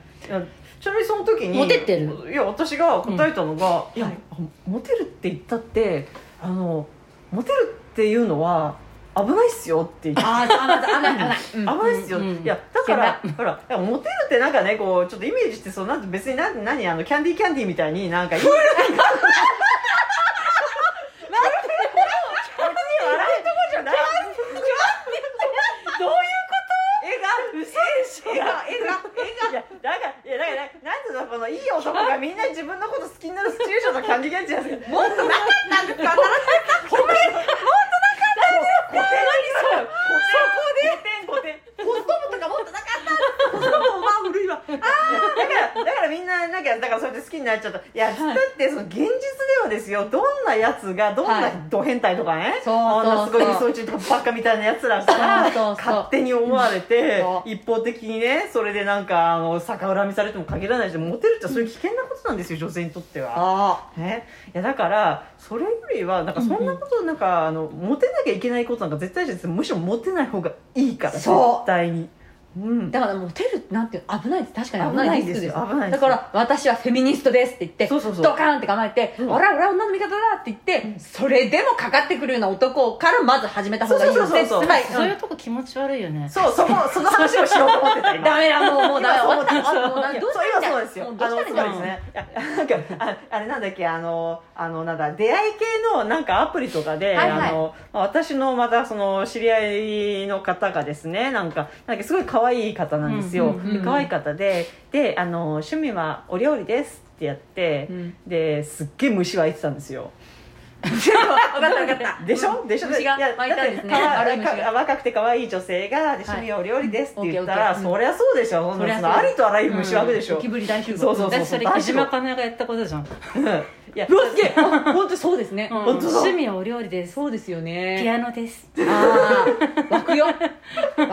S2: ちなみにその時に
S5: モテてる
S2: いや私が答えたのがいや
S3: はい
S2: モテるって言ったってあのモテるっていうのは危ないっすよって言って
S3: あー甘い甘い甘いうん
S2: 危ないですよ、
S5: うんうん
S2: いやだからほらいやモテるってなんかねこうちょっとイメージしてそうなんて別にな何あのキャンディーキャンディーみたいになんかいいなんて 笑うとこじゃない
S3: どういう
S2: 絵が絵が絵がいやだからいやだからなんていうのこのいい男がみんな自分のこと好きになるシチュエーションのキャンディーキャンディーじゃないですかもっとなかったんですか新しいもっとなかったんですか古典古典古典古典
S3: ことまあ古いわ
S2: だからだからみんなきになっちゃったいやだってその現実ではですよどんなやつがどん
S3: は
S2: ないド変態とかね、
S3: そうそう
S2: あんなすごい
S3: そう
S2: 理想中とかバカみたいなやつらさ
S3: そうそうそう
S2: 勝手に思われて
S3: そ
S2: 一方的にねそれでなんかあの逆恨みされても限らないしモテるってそういう危険なことなんですよ女性にとっては。
S3: あ
S2: ね、いやだからそれよりはなんかそんなことなんか、あのモテなきゃいけないことなんか絶対じゃないですむしろモテない方がいいから絶
S3: そう
S2: 対に、うん、
S3: だからモテるなんていうの危ないです確かに危ないリスクです
S2: 危ないんで
S3: だ
S2: すよ
S3: から私はフェミニストですって言って
S2: そうそうそう
S3: ドカーンって構えて「
S2: うん
S3: 俺は俺は女の味方だ」って言ってそれでもかかってくるような男からまず始めた方がいい
S2: そうそうそう
S3: です
S2: そう
S3: はい
S4: そういうとこ気持ち悪いよね
S2: そうそこその話をしようと思ってた今
S3: ダメだも うもうダメだ
S2: 今
S3: 終わ
S2: そう
S3: った
S2: です
S3: もうなどうしたらいい
S2: 今そうですよ。あの
S3: んだもうどう
S2: そ
S3: し
S2: う
S3: たら
S2: で
S3: いいんだ
S2: すね。いやなんかああれなんだっけあのあのなんだ出会い系のなんかアプリとかで、
S3: はいはい
S2: あのまあ私のまたその知り合いの方がですねなんかなんかすごい可愛い方なんですよ。
S3: うんうんうんうん
S2: で可愛い方でであの趣味はお料理ですってやって、
S3: うん
S2: ですっげえ虫湧いてたんですよ。
S3: 分かった分かった
S2: でしょでしょ
S3: 虫が
S2: いや
S3: 湧いたんですね
S2: だってか
S3: 悪い虫が
S2: か若くて可愛い女性がで趣味はお料理ですって言ったら、
S3: オッケー
S2: そりゃそうでしょ、そ
S3: そりゃそう
S2: のありとあらゆる虫湧くでしょ、
S3: ゴキブリ大集合
S2: そうそう
S4: 私それ木島かなえがやったことじゃん、
S2: いや
S3: うわすげえ 本当そうですね
S4: うん
S2: 本当だ
S4: 趣味はお料理です
S3: そうですよ
S4: ピ
S3: ね
S4: アノです
S3: ああ湧くよ湧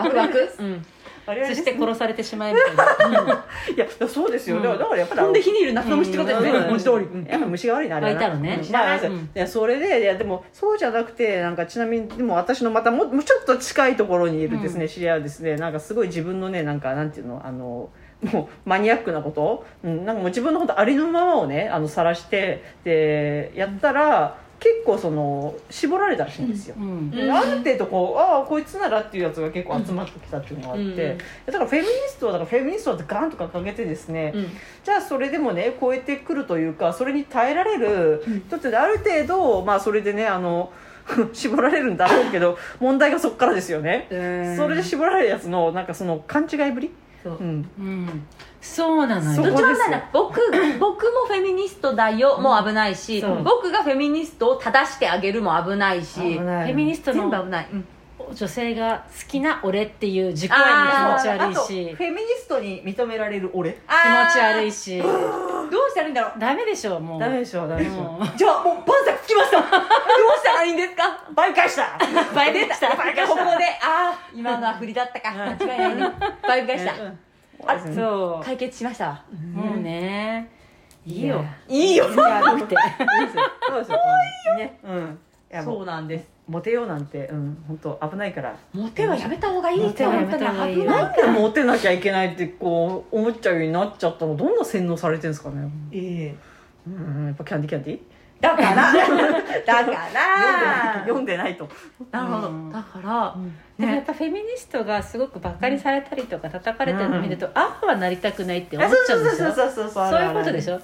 S3: く湧くうん
S2: あれ
S4: そして殺されてしまえみたいない
S2: やそうですよ、
S3: うん
S2: だからだからやっぱり
S3: 飛んで火にいる夏の虫ってことですね
S2: うん
S3: 文字通りうん
S2: やっぱ虫が悪いなあれはな
S4: 湧いたのね
S2: うんまあい
S4: うん
S2: やそれでいやでもそうじゃなくてなんかちなみにでも私のまたももうちょっと近いところにいるですね、知り合いはですねなんかすごい自分のねなんかなんていうのあのもうマニアックなこと、うん、なんかもう自分の本当ありのままをねあの晒してでやったら結構その絞られたらしいんですよ、
S4: うん
S2: である程度こうああこいつならっていうやつが結構集まってきたっていうのがあって、
S3: うん
S2: だからフェミニストはだからフェミニストってガンとか掲げてですね、
S3: うん
S2: じゃあそれでもね超えてくるというかそれに耐えられる人ってある程度、まあ、それでねあの 絞られるんだろうけど問題がそこからですよね、それで絞られるやつのなんかその勘違いぶり
S3: そう
S2: うん、
S4: うんそうなの
S2: そ
S4: よ
S2: う
S3: どっちもなんだ僕 僕もフェミニストだよもう危ないし、
S4: そう
S3: 僕がフェミニストを正してあげるも危ないし
S2: 危
S4: フ
S2: ない
S4: ェミニスト
S3: 全部
S4: の
S3: 危ない、うん
S4: 女性が好きな俺っていう軸が気持ち悪い
S2: あと
S4: し
S2: フェミニストに認められる俺
S4: 気持ち悪
S3: い
S4: いし
S3: どうしたらいいんだろ
S4: ダメでしょもう
S2: ダメでしょダメでしょ、
S4: もう
S3: うじゃあもう晩作つき ましたどうしたらいいんですか
S2: 倍返した
S3: 倍出たここでああ今のは振りだったか間違いないね倍返した
S2: うんそ
S3: あ
S2: うですね
S4: そ
S3: 解決しましたわ
S4: うもうねいいよ
S3: いいよ
S2: いや
S4: だって
S2: いいですよそうですよねうんいやも
S3: そううなんです
S2: モテようなんて、うん、本当危ないから
S3: モテはやめた方がいいって
S4: モテは
S3: 本
S4: や
S3: 当
S4: め
S3: に
S4: た方がいい
S3: 危ない
S2: なんでモテなきゃいけないってこう思っちゃうようになっちゃったのどんな洗脳されてるんですかね
S3: ええ
S2: うんやっぱキャンディキャンディ
S3: だから だか
S2: 読んでないと
S3: なるほど
S4: うん
S3: だから
S4: でもやっぱフェミニストがすごくバカにされたりとか叩かれてるのを見ると、ああはなりたくないって思っちゃうんですよそう
S2: うそうそ
S4: いうことでし
S2: ょ
S4: ょ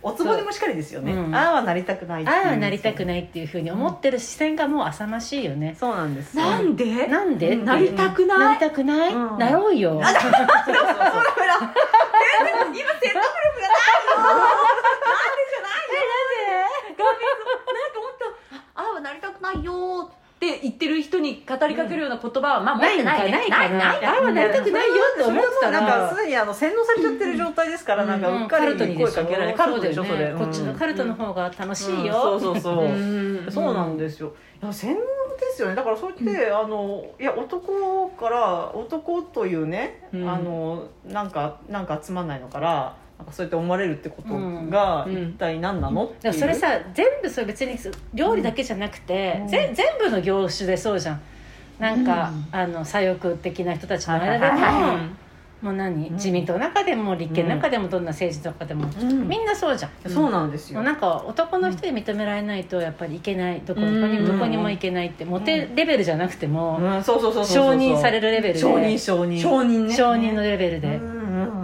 S2: おつぼにもしかりですよね、
S4: うん
S2: ああはなりたくないってい
S4: あ
S2: う
S4: あはなりたくないっていうふうに思ってる視線がもう浅ましいよね、
S2: そうなんですよ
S3: なんで
S4: なんで
S3: なりたくない
S4: なりたくない、
S2: うん
S4: なろうよ
S3: ほら全然今説得力がないのなんでじゃないのなんで画面のなんかもっと「ああはなりたくないよ」って言ってる人に語りかけるような言葉はまあ持ってないね
S4: ないかないか
S3: ない
S4: ああはなりたくないよって思ってた
S2: それはもうなん
S4: ら
S2: かすでにあの洗脳されちゃってる状態ですから、なんかうっかりに声かけられカルトでしょそれ、
S4: こっちのカルトの方が楽しい
S2: うん
S4: よ、
S2: そうそうそう、
S3: うん
S2: そうなんですよ。いや洗脳ですよね。だからそうやって、あのいや男から男というね、
S3: うん
S2: あのなんかなんか集まんないのから。なんかそうやって思われるってことが
S3: うん
S2: 一体何なの、って
S4: だ
S2: いう
S4: からそれさ全部それ別に料理だけじゃなくて、ぜ全部の業種でそうじゃんなんか、あの左翼的な人たちの間でも、
S2: はいはい
S3: うん
S4: もう何、
S2: うん
S4: 自民党の中でも立憲の中でもどんな政治とかでも、
S2: うん
S4: みんなそうじゃん、
S2: そうなんですよ、
S4: もうなんか男の人で認められないとやっぱりいけないどこにも
S3: うん
S4: どこにもいけないってモテレベルじゃなくても、
S2: うんそうそうそうそう
S4: 承認され
S2: る
S4: るレベルで
S2: 承認承認
S3: 承認ね
S4: 承認のレベルで、
S2: うんうんうん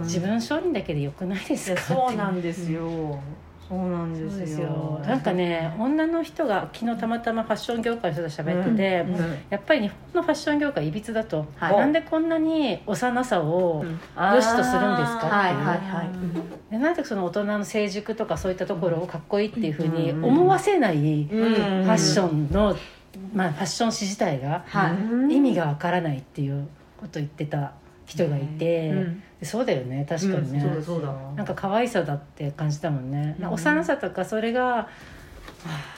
S4: 自分承認だけでよくないで
S2: い
S4: す
S2: や
S4: か
S2: そうな
S4: って
S2: んですよ、そうなんですよ
S4: そうですよなんかね女の人が昨日たまたまファッション業界の人と喋ってて、
S2: うんうん
S4: やっぱり日本のファッション業界いびつだと、
S3: はい
S4: なんでこんなに幼さを
S3: うん
S4: 良しとするんですか
S3: はい
S4: っていう、
S3: はいはい
S4: でなんでその大人の成熟とかそういったところをかっこいいっていうふうに思わせないフ
S2: うん
S4: ァッションの、まあ、ファッション誌自体が
S3: はい
S2: うん
S4: 意味がわからないっていうことを言ってた人がいて、
S3: うん
S4: でそうだよね確かにね、
S3: うんそうだそう
S4: なんか可愛さだって感じたもんね、なんか幼さとかそれが、はあ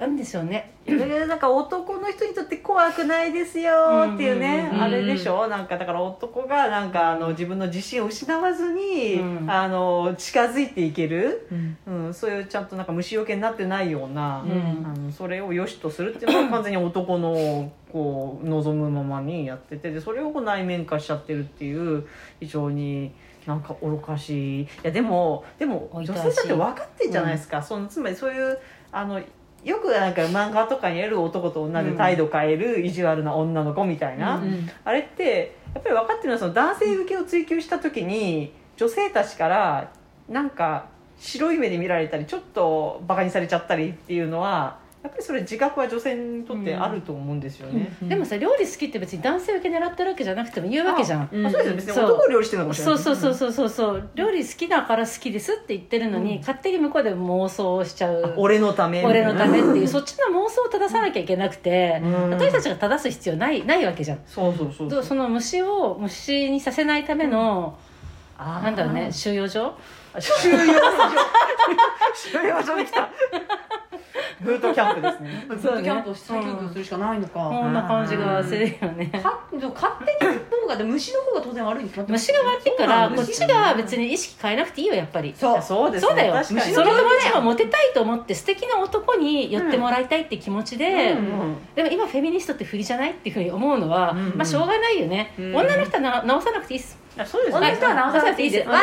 S4: なんでしょうね
S2: それがなんか男の人にとって怖くないですよっていうね、
S4: うん
S2: あれでしょなんかだから男がなんかあの自分の自信を失わずに、
S4: うん
S2: あの近づいていける、
S3: うん
S2: うん、そういうちゃんとなんか虫よけになってないような、
S4: ん
S2: あのそれを良しとするっていうのは完全に男のこう望むままにやっててでそれをこう内面化しちゃってるっていう非常に。なんか愚かしいいやでもでも
S5: おい
S2: 女
S5: と
S2: 性
S5: わしい
S2: だって分かってんじゃないですか、そのつまりそういうあのよくなんか漫画とかに得る男と女で態度変える意地悪な女の子みたいな、
S3: ん
S2: あれってやっぱり分かってるのはその男性受けを追求した時に女性たちからなんか白い目で見られたりちょっとバカにされちゃったりっていうのはやっぱりそれ自覚は女性にとってあると思うんですよね。
S4: でもさ料理好きって別に男性受け狙ってるわけじゃなくても言うわけじゃん
S2: あそうですよ別に
S4: そう
S2: 男料理してるのかもしれな
S4: そ
S2: いう
S4: そうそうそうそうそう料理好きだから好きですって言ってるのに、勝手に向こうで妄想をしちゃう
S2: 俺のためみたい
S4: 俺
S2: な
S4: のためっていうそっちの妄想を正さなきゃいけなくて、
S2: うん
S4: 私たちが正す必要ないないわけじゃん、
S2: そうそうそう
S4: どうその虫を虫にさせないための、
S2: あー
S4: なんだろうね収容所
S2: 収容所収容所に来たブートキャンプですね
S3: ずっとキャンプをして再教育をするしかないのか、
S4: こんな感じがするよね
S3: かでも勝手に行った方がでも虫の方が当然悪いに決まってます
S4: 虫が悪いから
S3: そう
S4: こ
S3: な
S4: っ
S3: んです
S4: ち
S3: よね
S4: が別に意識変えなくていいよやっぱり
S3: そう
S2: そうですね
S4: そうだよそ
S2: 確
S4: の
S2: かに
S4: 友達がモテたいと思って素敵な男に寄ってもらいたいって気持ちで、
S2: うん
S4: でも今フェミニストって不利じゃないっていうふうに思うのは、
S2: うんうん
S4: まあしょうがないよね、
S3: ん
S4: 女の人はな直さなくていいっす
S2: あそうです
S3: 女の
S2: ね
S3: 人は直さなくていいです
S4: わ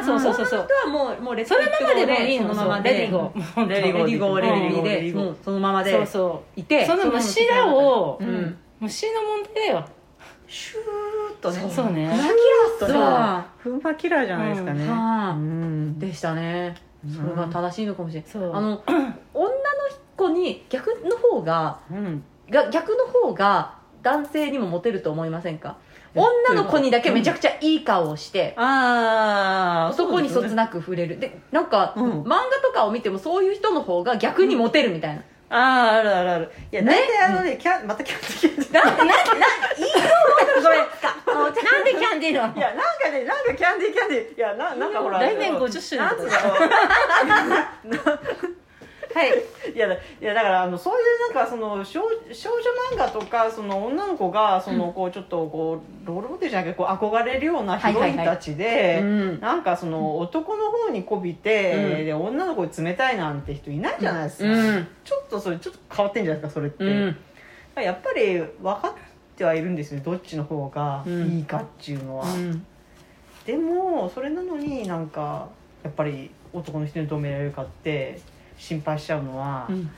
S4: ーそうそうそうそう
S3: 女の人はもうもうレッ
S4: そのままでもいい
S3: そ
S4: の
S3: の
S4: そ
S3: ま
S4: の
S3: まで
S4: レディゴ
S2: レデ
S3: レ
S2: ィ
S3: デ
S2: ゴ
S3: ィゴレディゴ
S2: レディ
S3: で
S2: ゴ
S3: もうそのままで
S4: そうそ
S3: いて
S4: うその虫らを、
S3: うん
S4: 虫の問題だよ
S2: シューッとね
S4: そうね
S2: と
S3: そうは
S2: ふんばキラーじゃないですかね、う
S3: あ
S2: ん
S3: でしたねそれが正しいのかもしれない
S4: そう
S3: あの女の子に逆の方が
S2: うん
S3: が逆の方が男性にもモテると思いませんか女の子にだけめちゃくちゃいい顔をして、
S2: ああ
S3: 男にそつ
S2: な
S3: なく触れるでなんか、
S2: うん
S3: 漫画とかを見てもそういう人の方が逆にモテるみたいな、
S2: あああるあるあるいや大体、あのねキャンまたキャンディーキャンディー
S3: なん、ななないい顔 ごめんあのちゃん
S4: なんでキャンディーなの
S2: いやなんかねなんかキャンディーキャンディーいやななんかほら
S4: 来年50周年
S2: なんつうの
S4: はい
S2: いやだいやだからあのそういうなんかその少少女漫画とかその女の子がそのこうちょっとこうロールモデルじゃなくてこう憧れるようなヒロインたちで
S3: うん
S2: なんかその男の方にこびて、
S3: うん
S2: で女の子に冷たいなんて人いないじゃないですか、
S3: うん
S2: ちょっとそれちょっと変わってんじゃないですかそれって、
S3: うん
S2: やっぱり分かってはいるんですよどっちの方がいいかっていうのは、でもそれなのになんかやっぱり男の人にどう見られるかって心配しちゃうのは、
S3: うん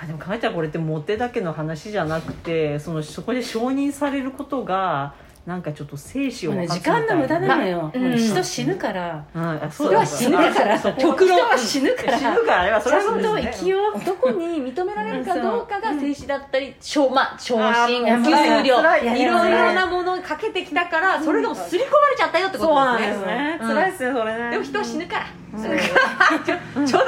S2: あでも考えたらこれってモテだけの話じゃなくてそのそこで承認されることがなんかちょっと生死を分か
S4: 時
S2: つみたい
S4: 間の無駄なのよ、
S3: うん
S4: 人死ぬから、
S2: うんあそ
S4: 人
S2: うだ
S4: は死ぬから
S2: そう
S4: 極論人は死ぬから
S2: 死ぬからあれはそ
S4: ちゃ
S2: れは
S4: ん
S2: そうです
S4: と生
S2: ね
S4: きよう
S3: どこに認められるかどうかが静止だったり、しょ まあ、昇進、
S2: あー
S3: 給
S4: 辛い
S3: 料、
S2: 辛
S3: い
S2: い
S3: ろ
S2: 辛
S4: い
S3: いろなものをかけてきたから、それがもう刷り込まれちゃったよってこ
S2: そうな
S3: と
S2: ん
S3: で
S2: ですす
S3: ね。
S2: ね、
S3: うん
S2: 辛いですねそれね
S3: でも人は死ぬから。
S2: うん
S3: それからちょ ちょう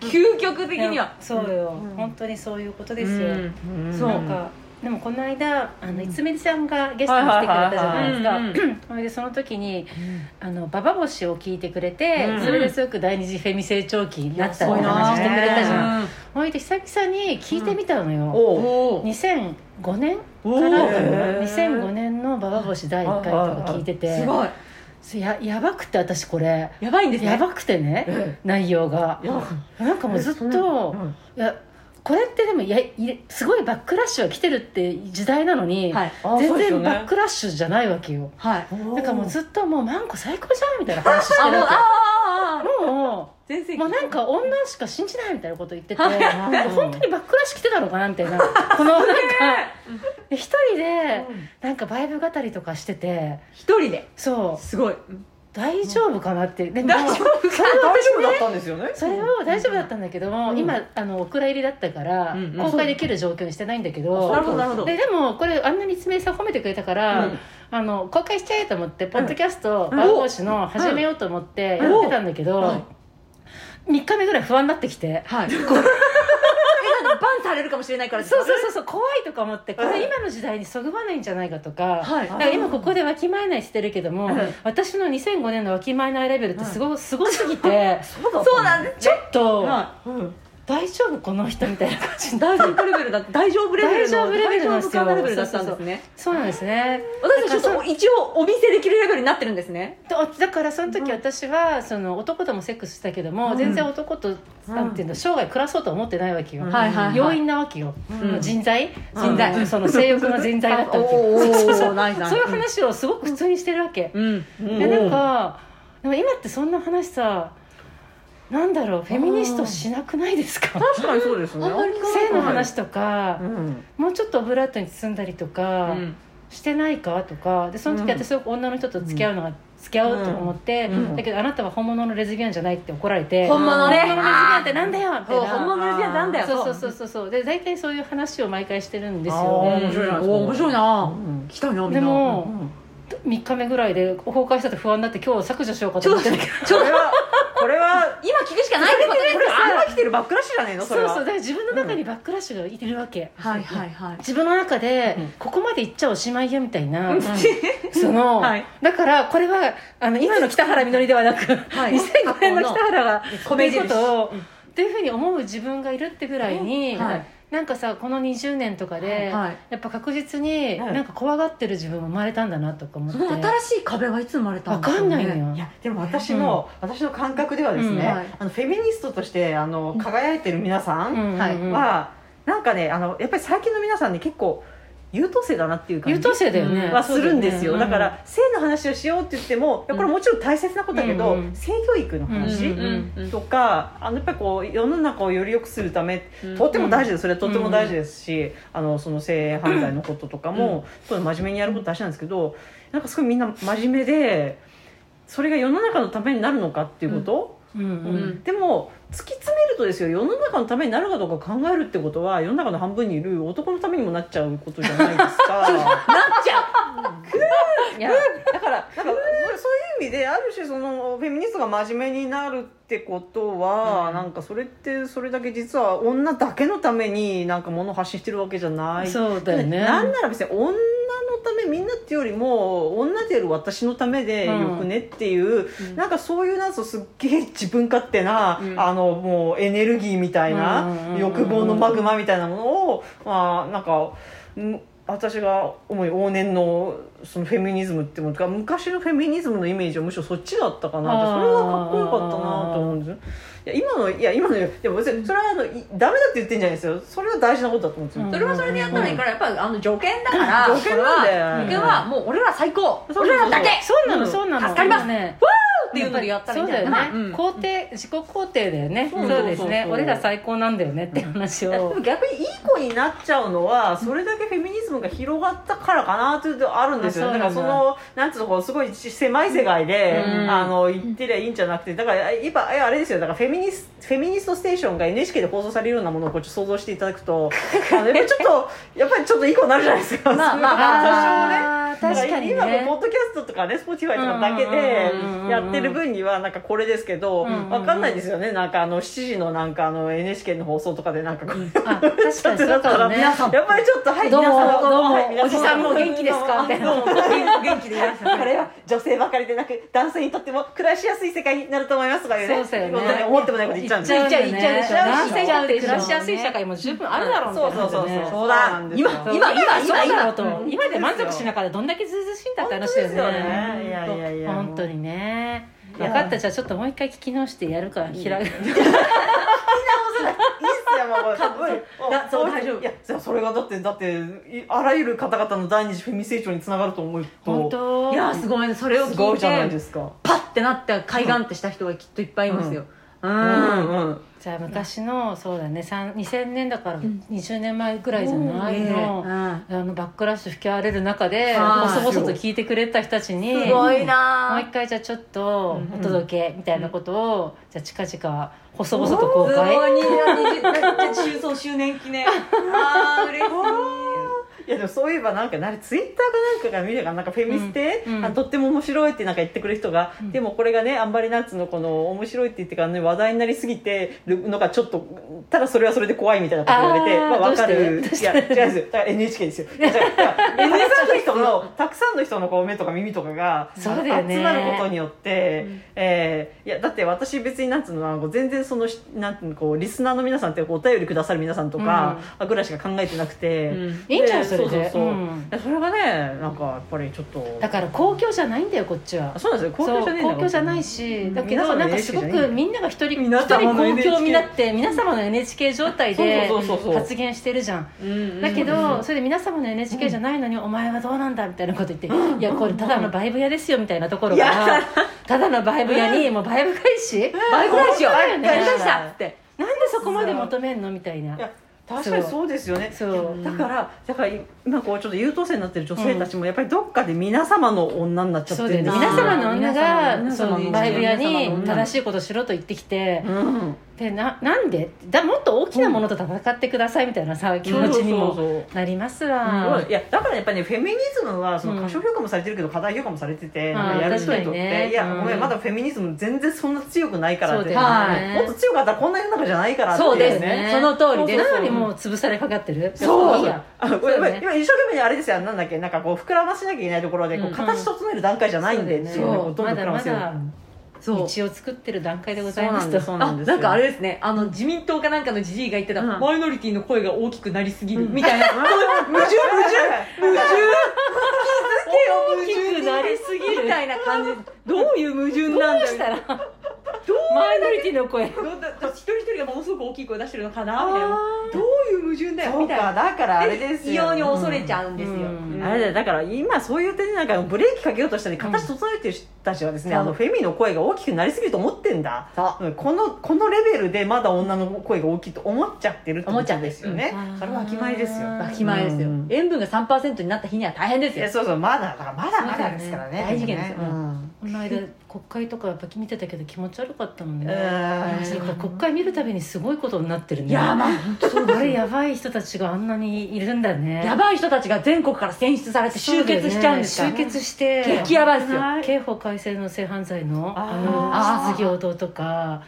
S3: ど、究極的には。
S4: そうよ、本当にそういうことですよ、
S3: うん
S2: うん
S3: そ
S4: そううか、でもこの間あのいつめりさんがゲストに来てくれたじゃないですか、
S3: はいはいはいはい
S4: それでその時に「あのババボシ」を聞いてくれて、
S2: うん
S4: それですごく第二次フェミ成長期になったって
S2: いやすごい
S4: 話
S2: な
S4: してくれたじゃん
S3: うん。
S4: ほいで久々に聞いてみたのよ、
S2: おう
S3: おー
S4: 2005年
S2: お
S4: か
S2: ー
S4: ら
S2: へー
S4: 2005年の「ババボシ」第1回とか聞いてて
S3: すごい。
S4: そうややばくて私これ
S3: やばいんですね。
S4: やばくてね内容が
S2: いや
S4: なんかもうずっと、
S2: うん
S4: いやこれってでもいやいすごいバックラッシュは来てるって時代なのに、
S3: はい。
S2: あそ
S4: 全
S2: うですよ
S4: 然
S2: ね
S4: バックラッシュじゃないわけよ
S3: はい。
S4: だからもうずっともうマンコ最高じゃんみたいな話し
S3: あ、
S4: てる
S3: もう、あー
S4: わ
S3: あー、あ
S4: けも
S3: ー全
S4: う
S3: 然。
S4: もうなんか女しか信じないみたいなこと言ってて
S3: は
S2: はい
S4: 本当にバックラッシュ来てたのかなみたい なこのなんか一人でなんかバイブ語りとかしてて
S3: 一人で。
S4: そう
S3: すごい。
S4: 大丈夫かなってでも
S3: 大丈夫か
S2: 大丈夫だったんですよね
S4: それを大丈夫だったんだけども、
S2: うん
S4: 今あのお蔵入りだったから、
S3: うんうん
S4: 公開できる状況にしてないんだけど、
S3: なるほど、なるほど。
S4: ででもこれあんなに爪さん褒めてくれたから、
S3: うん
S4: あの公開しちゃえと思って、ポッドキャスト
S2: うん
S4: 番号誌の始めようと思ってやってたんだけど、
S3: うんはい
S4: 3日目ぐらい不安になってきて
S3: はい。え、なんでバンさされるかもしれないからです
S4: そうそうそうそう怖いとか思ってこれ今の時代にそぐわないんじゃないかとか,、
S3: はい
S4: なんか今ここでわきまえないしてるけども、私の2005年のわきまえないレベルってすご,、すごすぎて
S2: そうだ
S3: そうなんです
S4: ちょっと、
S3: は
S2: うん
S4: 大丈夫この人みたいな感じ
S3: い
S4: に
S3: 大丈夫レベルだ大丈夫レベル
S4: 大
S3: の
S4: 丈夫レベルなん
S3: 大
S4: で
S3: 丈夫
S4: すよ
S3: かなレベルだったんですね
S4: そうなんですね
S3: 私たちちょっと一応お見せできるレベルになってるんですね
S4: だだからその時私はその男ともセックスしたけども、全然男となんていうの生涯暮らそうとは思ってないわけよ、
S3: はいはいはい
S4: 要因なわけよ、
S3: ん
S4: 人材
S3: 人材
S4: うんその性欲の人材だったわけよ
S3: おーおーおー
S4: そうそう
S3: ないない
S4: そういう話をすごく普通にしてるわけ、
S3: うん
S4: でなんかでも今ってそんな話さなんだろうフェミニストしなくないですか
S2: 確かにそうですね
S4: 性の話とか
S2: う、ん
S4: もうちょっとオブラートに包んだりとか、してないかとかでその時私すごく女の人と付き合うのが、付き合うと思って、だけどあなたは本物のレズビアンじゃないって怒られて
S3: 本物ね
S4: 本物のレズビアンってなんだよみたい
S3: そう
S4: な
S3: 本物のレズビアンなんだよ
S4: そうそうそうそうそうで大体そういう話を毎回してるんです
S2: あ
S4: よ
S2: 面白いな
S3: おー面白いな
S2: うん
S3: 聞きたいなみんな
S4: でも、3日目ぐらいで崩壊したと不安になって今日削除しようかと思ってる けど
S2: これはこ れは
S3: 今聞くしかないってことです
S2: これあれは来てるバックラッシュじゃないの
S4: そ
S2: そ
S4: う
S2: れ
S4: そう
S2: は
S4: だから自分の中にバックラッシュがいてるわけ、
S3: はいはいはい
S4: 自分の中でここまで行っちゃおしまいよみたいな、その、
S3: はい
S4: だからこれはあの今の北原みのりではなく、
S3: い
S4: 2005年の北原がこう
S3: 米
S4: いう
S3: 印
S4: ことをっていうふうに思う自分がいるってぐらいに、
S3: はい
S4: なんかさこの20年とかで、
S3: はい
S4: やっぱ確実に
S2: はい
S4: なんか怖がってる自分生まれたんだなとか思っ
S3: そ
S4: て
S3: の新しい壁はいつ生まれた
S4: わ
S3: んです
S4: かんないのよ、
S2: いやでも私の、私の感覚ではですね、
S4: うん
S3: はい
S2: あのフェミニストとしてあの輝いてる皆さ
S4: うん
S2: ん
S4: うんうん
S3: はい
S2: は、なんかねあのやっぱり最近の皆さんね結構優等生だなっていう感
S4: 優
S2: じ
S4: 等生だよね、
S2: はするんですよ、
S4: そう
S2: だ
S4: よね
S2: から性の話をしようって言ってもいやこれもちろん大切なことだけど、
S4: うんうん
S2: 性教育の話、
S4: うん
S3: うん
S2: とかあのやっぱりこう世の中をより良くするため、とても大事ですそれはとても大事ですし、あのその性犯罪のこととかも、そう真面目にやること大事なんですけどなんかすごいみんな真面目でそれが世の中のためになるのかっていうこと、
S4: うんうん
S3: うん
S2: でも突き詰めるとですよ世の中のためになるかどうか考えるってことは世の中の半分にいる男のためにもなっちゃうことじゃないですか。
S3: なっちゃう
S2: いやだからなんかそそういう意味である種そのフェミニストが真面目になるってことは、なんかそれってそれだけ実は女だけのためになんか物を発信してるわけじゃない
S4: そうだよね
S2: なんなら別に女のためみんなっていうよりも女でいる私のためでよくねっていう、なんかそういうなんかすっげえ自分勝手な、あのもうエネルギーみたいな、
S4: うんうんうんうん
S2: 欲望のマグマみたいなものを、まあなんか。ん私が思い往年のそのフェミニズムってものとか昔のフェミニズムのイメージはむしろそっちだったかなって
S4: あー
S2: それはかっこよかったなと思うんですよいや今のいや今のでも別にそれはあのいダメだって言ってんじゃないですよそれは大事なことだと思うんですよ、
S4: うん
S3: それはそれでやったらいいからやっぱあの助言だから
S2: 助言なんだよ
S3: これは助言はもう俺ら最高
S2: そうそうそう
S3: 俺らだけっ
S4: そうなのそうなの
S3: 助かりま
S4: で
S3: す
S4: もね
S3: ていうのでやったらいいん
S4: そう
S3: じゃ
S4: だ
S3: ない
S4: よね
S3: かな、うん
S4: 肯定自己肯定だよね
S2: う
S4: そ
S2: ん
S4: うです
S2: そうそう
S4: ね
S2: そう
S4: 俺ら最高なんだよねって話
S2: でも
S4: を
S2: 逆にいい子になっちゃうのはそれだけフェミニズムが広がったからかなというのはあるんですよねだか
S4: あ
S2: ら
S4: そ
S2: そう
S4: なんだ
S2: のなんつうのこうすごい狭い世界で、
S4: うん
S2: あの言ってりゃいいんじゃなくてだから今えあれですよだからフェミニスフェミニストステーションが NHK で放送されるようなものをこうちょっと想像していただ くとあのやっぱりちょっとやっぱりちょっといい子になるじゃないですか。
S3: まあま
S4: あ
S3: あ
S4: ー
S2: 多少ね
S4: 確かにね
S2: だら今もポッドキャストとかね Spotify とかだけで
S4: うんうんうんうん
S2: やってる分にはなんかこれですけど、
S4: うんうんうん
S2: わかんないですよねなんかあの7時のなんかあの NHK の放送とかでなんかこう
S4: あ確かに
S2: ちょっと
S4: そ
S2: だ
S4: う
S2: った
S4: からもね
S2: 皆さんやっぱりちょっとはい
S4: どうも
S2: 皆さん
S4: どうも
S2: はい皆
S4: おじさんも元気ですかみたいな
S2: どうも
S3: 元気でいらっしゃ
S2: これは女性ばかりでなく男性にとっても暮らしやすい世界になると思いますとかいう
S4: そ
S2: ね
S4: うだよね
S2: 本当に思ってもないこと言っちゃうんです
S4: 言っちゃうよ
S3: 言
S4: ね
S3: っちゃうでしょ
S4: 男性だって暮
S3: 言っちゃうでしょ
S4: らしやすい社会も十分あるだろうみた
S2: そ
S4: いうな
S2: そうそう
S4: ね
S2: そうなんですよ
S3: 今
S4: 今今今今
S3: 今今
S4: と今で満足しながらどんだけずうずうしいんだって話だよね
S2: 本当ですよねいやいやいや
S4: 本当にね
S2: いや
S4: 分かったじゃあちょっともう一回聞き直してやるから開く
S2: いいっすよもうこれ多分
S3: だそう大丈夫
S2: いやそれがだってだっていあらゆる方々の第二次フェミ成長につながると思うと
S4: 本当
S3: いやーすごいねそれを
S2: すご
S3: 聞
S2: いじゃない
S3: い
S2: で
S3: て
S2: すか
S3: パッてなって海岸ってした人がきっといっぱいいますよう
S2: うんうん
S4: じゃあ昔のそうだねさん2000年だから20年前ぐらいじゃないの、
S3: うん
S4: あのバックラッシュ吹き荒れる中で
S3: はい
S4: 細々と聞いてくれた人たちに
S3: すごい
S4: もう
S3: な
S4: 一
S3: ー
S4: 回じゃあちょっとお届けみたいなことを、じゃあ近々細々と公
S3: すごい
S4: 開
S3: 20 20周年記念ああ嬉しい
S2: いやでもそういえばなんかあれツイッターかなんかが見ればなんかフェミステ、
S5: うん
S2: あとっても面白いってなんか言ってくる人が、でもこれがねあんまりナッツのこの面白いって言ってからね話題になりすぎてるのがちょっとただそれはそれで怖いみたいなこと言われて
S4: あー
S2: まあわかる
S4: どう
S2: い
S4: して
S2: や違うんですよだから NHK ですよだからだから NHK の人のたくさんの人のこう目とか耳とかが
S4: そうだよね
S2: 集まることによって、えーいやだって私別になんつうのあの全然そのしなんていうのこうリスナーの皆さんってこうお便りくださる皆さんとか、あぐらいしか考えてなくて。
S4: いいんじゃないそれで
S2: そうそうそう、
S4: うん
S2: でそれがねなんかやっぱりちょっと
S4: だから公共じゃないんだよこっちは
S2: あそうなんですよ公
S4: そう
S2: 共じゃねえんだ
S4: 公共じゃないしだけ
S2: 皆様
S4: ど
S2: の
S4: なんかすご
S2: NHK じゃ
S4: く
S2: ね
S4: みんなが一人一
S2: 皆
S4: 人
S2: 様の
S4: 公
S2: NHK
S4: 共になって皆様の NHK 状態で
S2: そうそうそうそう
S4: 発言してるじゃんだけどそれで皆様の NHK じゃないのにお前はどうなんだみたいなこと言っていやこれただのバイブ屋ですよみたいなところか
S2: いや
S4: らただのバイブ屋にもうバイブ返し
S3: 倍ぐらいしよう
S2: 倍返し
S3: やり返したって
S4: なんでそこまで求めんのみたいない
S2: や確かにそうですよね
S4: そう
S2: だからだから今こうちょっと優等生になってる女性たちもやっぱりどっかで皆様の女になっちゃっ
S4: そう
S2: て
S4: だ
S2: る
S4: よ
S2: ん
S4: ね
S2: です
S4: 皆
S2: よ
S4: 様の女が
S2: 皆
S4: そ
S2: 様の女
S4: のバイブ屋
S2: 皆様の
S4: に
S2: 女
S4: 正しいことしろと言ってきて
S2: うん
S4: でななんでだもっと大きなものと戦ってくださいみたいなさ気持ちに
S2: そうそうそう
S4: もなります
S2: う
S4: わ
S2: んいやだからやっぱりねフェミニズムはその
S4: うん
S2: 過小評価もされてるけど過大評価もされてて、
S4: あー
S2: なんかやる人にと
S4: 確かに
S2: って、
S4: ね
S2: いや、
S4: うん
S2: ごめんまだフェミニズム全然そんな強くないから
S4: そ
S2: っ
S4: う
S2: て、
S4: だよ
S3: は
S4: ね
S2: もっと強かったらこんな世の中じゃないからってい
S3: そうですねその通りです
S4: なのにもう潰されかかってる
S2: そう
S4: いい
S2: そう
S4: や
S2: あこれ
S4: そうね
S2: 今一生懸命あれですよなんだっけなんかこう膨らませなきゃいけないところでこ
S4: う
S2: う
S4: ん
S2: 形整える段階じゃないんで、ってい
S4: そううだよね
S2: のをどんど
S4: ま
S2: ん膨
S4: だ
S2: らま
S4: ま
S2: せよう
S4: だ
S3: そう
S4: 道を作ってる段階でござ
S2: そう
S4: いま
S2: なん
S4: す
S2: で
S4: と
S2: すそう
S4: そ
S2: な
S3: あ
S2: んです
S3: なんかあれ
S2: れ
S3: ですねあの自民党かなんかのじじいが言ってた、
S2: うん
S3: マイノリティの声が大きくなりすぎるみたいな、この矛盾矛盾
S4: 大きくなりすぎ
S3: み
S4: る
S3: たいな感じどういう矛盾なんだ
S4: どうしたら
S3: どう
S4: マイノリティの声
S3: どうだ一人一人がものすごく大きい声出してるのかなみたいなどういう矛盾だよ
S2: そう
S3: みたい
S2: か
S3: な
S2: だからあれですよ
S3: 異様に恐れちゃうんですよ、
S4: うん
S2: あれだよだから今そういう点でなんかブレーキかけようとしたり形整えてる人たちはですね、あのフェミの声が大きくなりすぎると思ってんだ
S3: そう
S2: うんこのこのレベルでまだ女の声が大きいと思っちゃってるってことですよね、
S4: うん
S2: それはわきまえですよ
S3: わきまえですよ、
S2: うん
S3: 塩分が3%になった日には大変です
S2: い
S3: よ
S2: やそうそうまだだからまだまだですからね
S3: 大事件ですよ
S2: うん
S4: この間国会とかやっぱ見てたけど気持ち悪かったもんね
S2: うん
S4: なんか国会見るたびにすごいことになってるね
S3: やばい
S4: そうあれやばい人たちがあんなにいるんだね
S3: やばい人たちが全国から選出されて集結しちゃうんですから、
S4: 集結して
S3: 激やばいですよ
S4: 刑法改正の性犯罪の
S2: あー
S4: あの質疑応答とか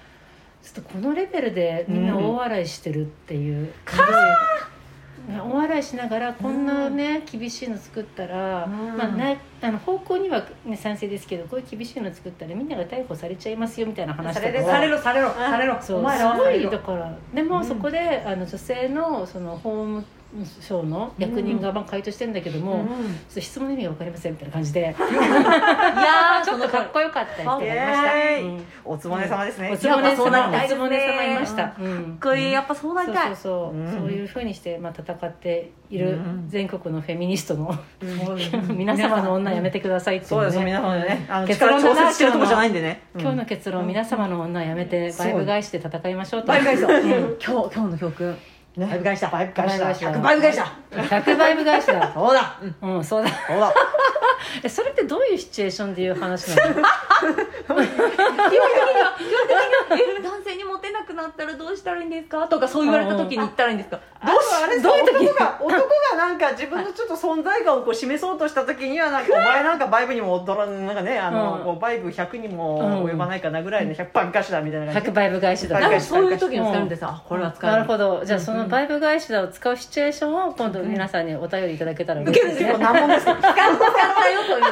S4: ちょっとこのレベルでみんな大笑いしてるっていう、ね大笑いしながらこんなね、厳しいの作ったら、まあ、なあの方向には、ね、賛成ですけどこういう厳しいの作ったらみんなが逮捕されちゃいますよみたいな話と
S3: さ
S4: か
S3: れ
S4: を
S3: るされろされろされろ
S4: そう
S3: お
S4: す
S3: 前らはさ
S4: ご
S3: れ
S4: い
S3: ろ
S4: だからでもそこで、あの女性のその法務省の役人がまあ回答してんだけども、ちょっと質問の意味が分かりませんみたいな感じで
S3: いや ー
S4: ちょっとかっこよかった人がいました、
S2: イエーイ
S4: うん
S2: おつもね様ですね、
S4: おつぼね
S3: そうな
S4: 様
S3: り
S4: お
S3: たいで
S4: つ
S3: すね
S4: ぼね様いました、うん
S3: これやっぱそうなり
S4: そう
S3: たい
S4: そうそう、
S2: うん
S4: そういうふうにして、まあ、戦っている
S2: うん
S4: 全国のフェミニストの
S3: そうです
S4: 皆様の女やめてくださいってい
S2: そう
S4: う
S2: です、
S4: ね
S2: 皆さんね、あの
S4: 結論だ
S2: 力
S4: な
S2: 調節してるとこじゃないんでね。
S4: 今日の結論、皆様の女やめて
S2: そう
S4: バイブ返して戦いましょうと
S3: 倍返しだ
S4: う
S3: 今
S4: ん
S3: 日今日の教訓
S2: ね
S3: 倍返した倍
S2: 返した
S3: 100倍返した
S4: 100バイブ返しだ
S3: そうだうん
S4: うんそうだ
S2: ほら、
S4: えそれってどういうシチュエーションでいう話な の
S3: え男性にモテなくなったらどうしたらいいんですかとかそう言われた時に言ったらいいんですか
S2: どうし、あれ、どういう時男が、男がなんか自分のちょっと存在感をこう示そうとした時には、なんか、お前なんかバイブにも踊らん、なんかね、あ
S4: うん
S2: の、こうバイブ100にも及ばないかなぐらいの100番歌手だみたいな感じ
S4: 100。バイブ返しだ
S2: 倍
S3: なん
S2: 返
S3: か
S2: し
S3: そういう時に使うんですあこれは使え
S4: なるほどじゃあそのバイブ返しだを使うシチュエーションを今度皆さんにお便りいただけたら嬉しいです
S2: 結構
S4: ね
S2: 難問ですけど。
S3: 使ったよという使っ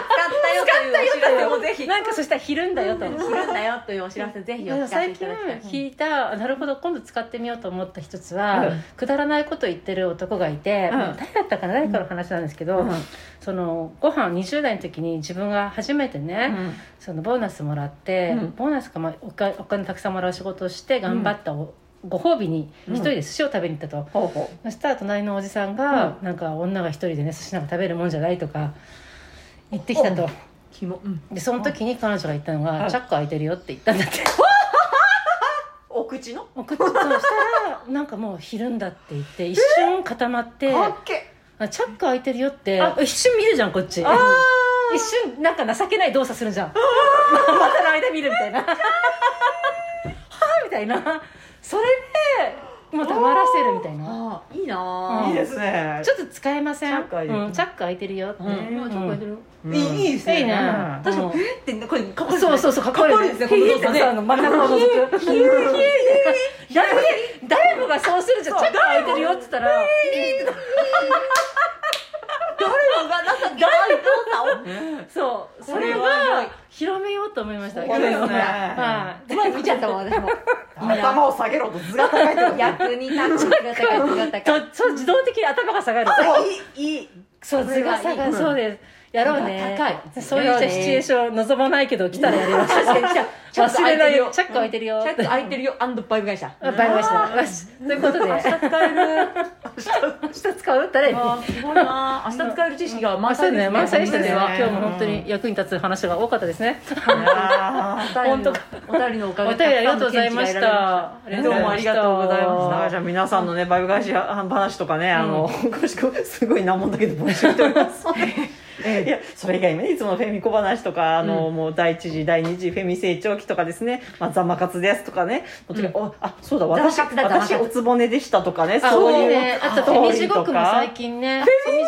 S3: たよというお知らせもぜひ
S4: なんかそしたらひるんだよと
S3: 知るんだよというお知らせぜひお聞かせ
S4: 最
S3: いた
S4: 近
S3: だきたい
S4: 聞いたなるほど今度使ってみようと思った一つは、
S2: うん
S4: くだらないこと言ってる男がいて、
S2: うん
S4: 誰だったかな誰かの話なんですけど、
S2: うん
S4: そのご飯20代の時に自分が初めてね、そのボーナスもらって、
S2: うん
S4: ボーナスか、まあ、おかお金たくさんもらう仕事をして頑張ったおご褒美に一人で寿司を食べに行ったと、
S2: ほうほ
S4: そしたら隣のおじさんが、なんか女が一人でね寿司なんか食べるもんじゃないとか言ってきたと
S3: キモうん
S4: でその時に彼女が言ったの
S2: う
S4: が「
S2: ん
S4: チャック開いてるよ」って言ったんだ って
S2: う。お口の。
S4: 送っちゃったらなんかもうひるんだって言って一瞬固まって
S2: かっけ。
S4: あチャック開いてるよって一瞬見るじゃんこっち一瞬なんか情けない動作するじゃんまた の間見るみたいなはあみたいなそれでもう黙らせるみたいな
S3: ああいいなあ
S4: うん
S2: いいですね
S4: ちょっと使えません
S2: チャック開いてる
S4: うんチャック開いてるよって、
S2: うん
S4: うん
S3: 今ちょっと書いてる
S2: うん
S3: いいいいです
S4: いい
S3: ね
S4: ね
S2: うん
S3: 確
S4: うん
S3: かにえってこれかっこいいですね
S4: そうそうそうかっこいい
S3: かっこいいです
S4: ひえひ
S3: ねこの動作ね
S4: えあの真ん中を覗くひえひえひえ誰誰もがそうするじゃんチャック開いてるよって言ったら
S3: 誰もがなんか誰もがそう
S4: それは広めようと思いました
S2: そうですね
S4: は
S3: うまい見ちゃったわ私も
S2: 頭を下げろと図が高いってこと
S3: 役に立つ姿が姿
S4: い
S3: が
S4: とそう自動的に頭が下がる
S2: いいいい
S4: そう図が下がるそうですやろうね
S3: 頭が高い
S4: そういったシチュエーション望まないけど来たらやりましょう
S3: 確かにチャック
S4: 忘
S3: 開い
S4: れ
S3: て
S4: な
S3: る
S4: い
S3: よ
S4: よチャック開いてるよ
S3: チャック開いてるよアンドバイブ会社
S4: わかりましたよしということで明日使える明日使う誰に
S3: あーすごいなあ明日使える知識が満
S4: そう
S3: 載
S4: ですね
S3: ですね
S4: 満載でしたね
S2: そうですね
S4: 今日も本当に役に立つ話が多かったですね
S2: あ
S3: お便りの
S4: 本当か
S3: お便りのおか
S4: お
S3: げ
S4: 便りありがとうございました
S2: りが
S3: ど
S2: とう
S3: う
S2: ございました
S3: もありがとうござい
S2: ー
S3: ま
S2: あー
S3: し
S2: じゃあ皆さんのねバイブ返し話とかね、あの詳しくすごい難問だけど募集しております いやそれ以外にねいつものフェミ小話とかあの、もう第一次第二次フェミ成長期とかですね「まあ、ザマ活です」とかね「もうとにかくおあそうだ私
S3: ザマ活だザマ活
S2: 私おつぼねでした」とかね
S4: あ
S2: そう
S4: い
S2: いう
S4: いねあとフェミ地獄も最
S2: 近
S4: 近ね
S2: フェミ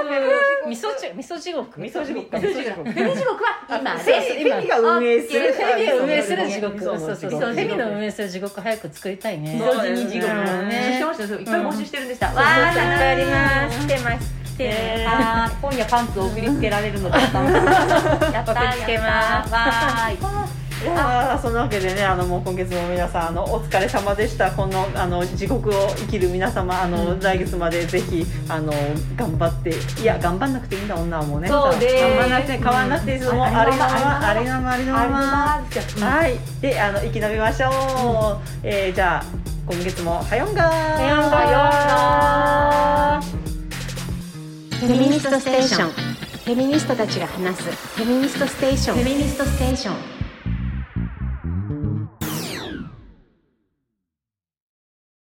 S4: 味噌地味噌地獄
S2: 味噌地獄
S3: た
S2: か
S3: フェミ地獄フェミ地獄は今
S4: そう
S3: で
S4: そう
S2: フェミが運営する
S4: フェミを運営する地獄
S2: 味
S4: そ
S2: 噌
S4: う
S2: の地
S4: そう
S2: 獄
S4: そうフェミの運営する地獄早く作りたいね
S3: み
S2: そう
S3: そじに地獄
S4: うん
S3: 募集してましたよいっぱい募集してるんでしたわ
S4: あ
S3: あ
S4: ー
S3: 楽し
S4: あります来てます来て
S3: いあー今夜パンツを送りつけられるのでやったやった
S4: 送りつけます
S3: わーい
S2: あーそんなわけでねあのもう今月も皆さんあのお疲れ様でしたこのあの地獄を生きる皆様あの、来月までぜひあの頑張っていや頑張んなくていいんだ女はもうね
S3: そうです
S2: 頑張んなくて変わらなくていいです、
S3: うん
S2: もうあ
S3: あ
S2: り
S3: り
S2: の
S3: の
S2: ま
S3: ま
S2: ま
S3: ま
S2: ありのままありのまま
S3: ありがとうございます
S2: はいであの生き延びましょう、えーじゃあ今月もはよんがー
S4: さようなら
S1: フェミニストステーションフェミニストたちが話すフェミニストステーションフェミニストステーション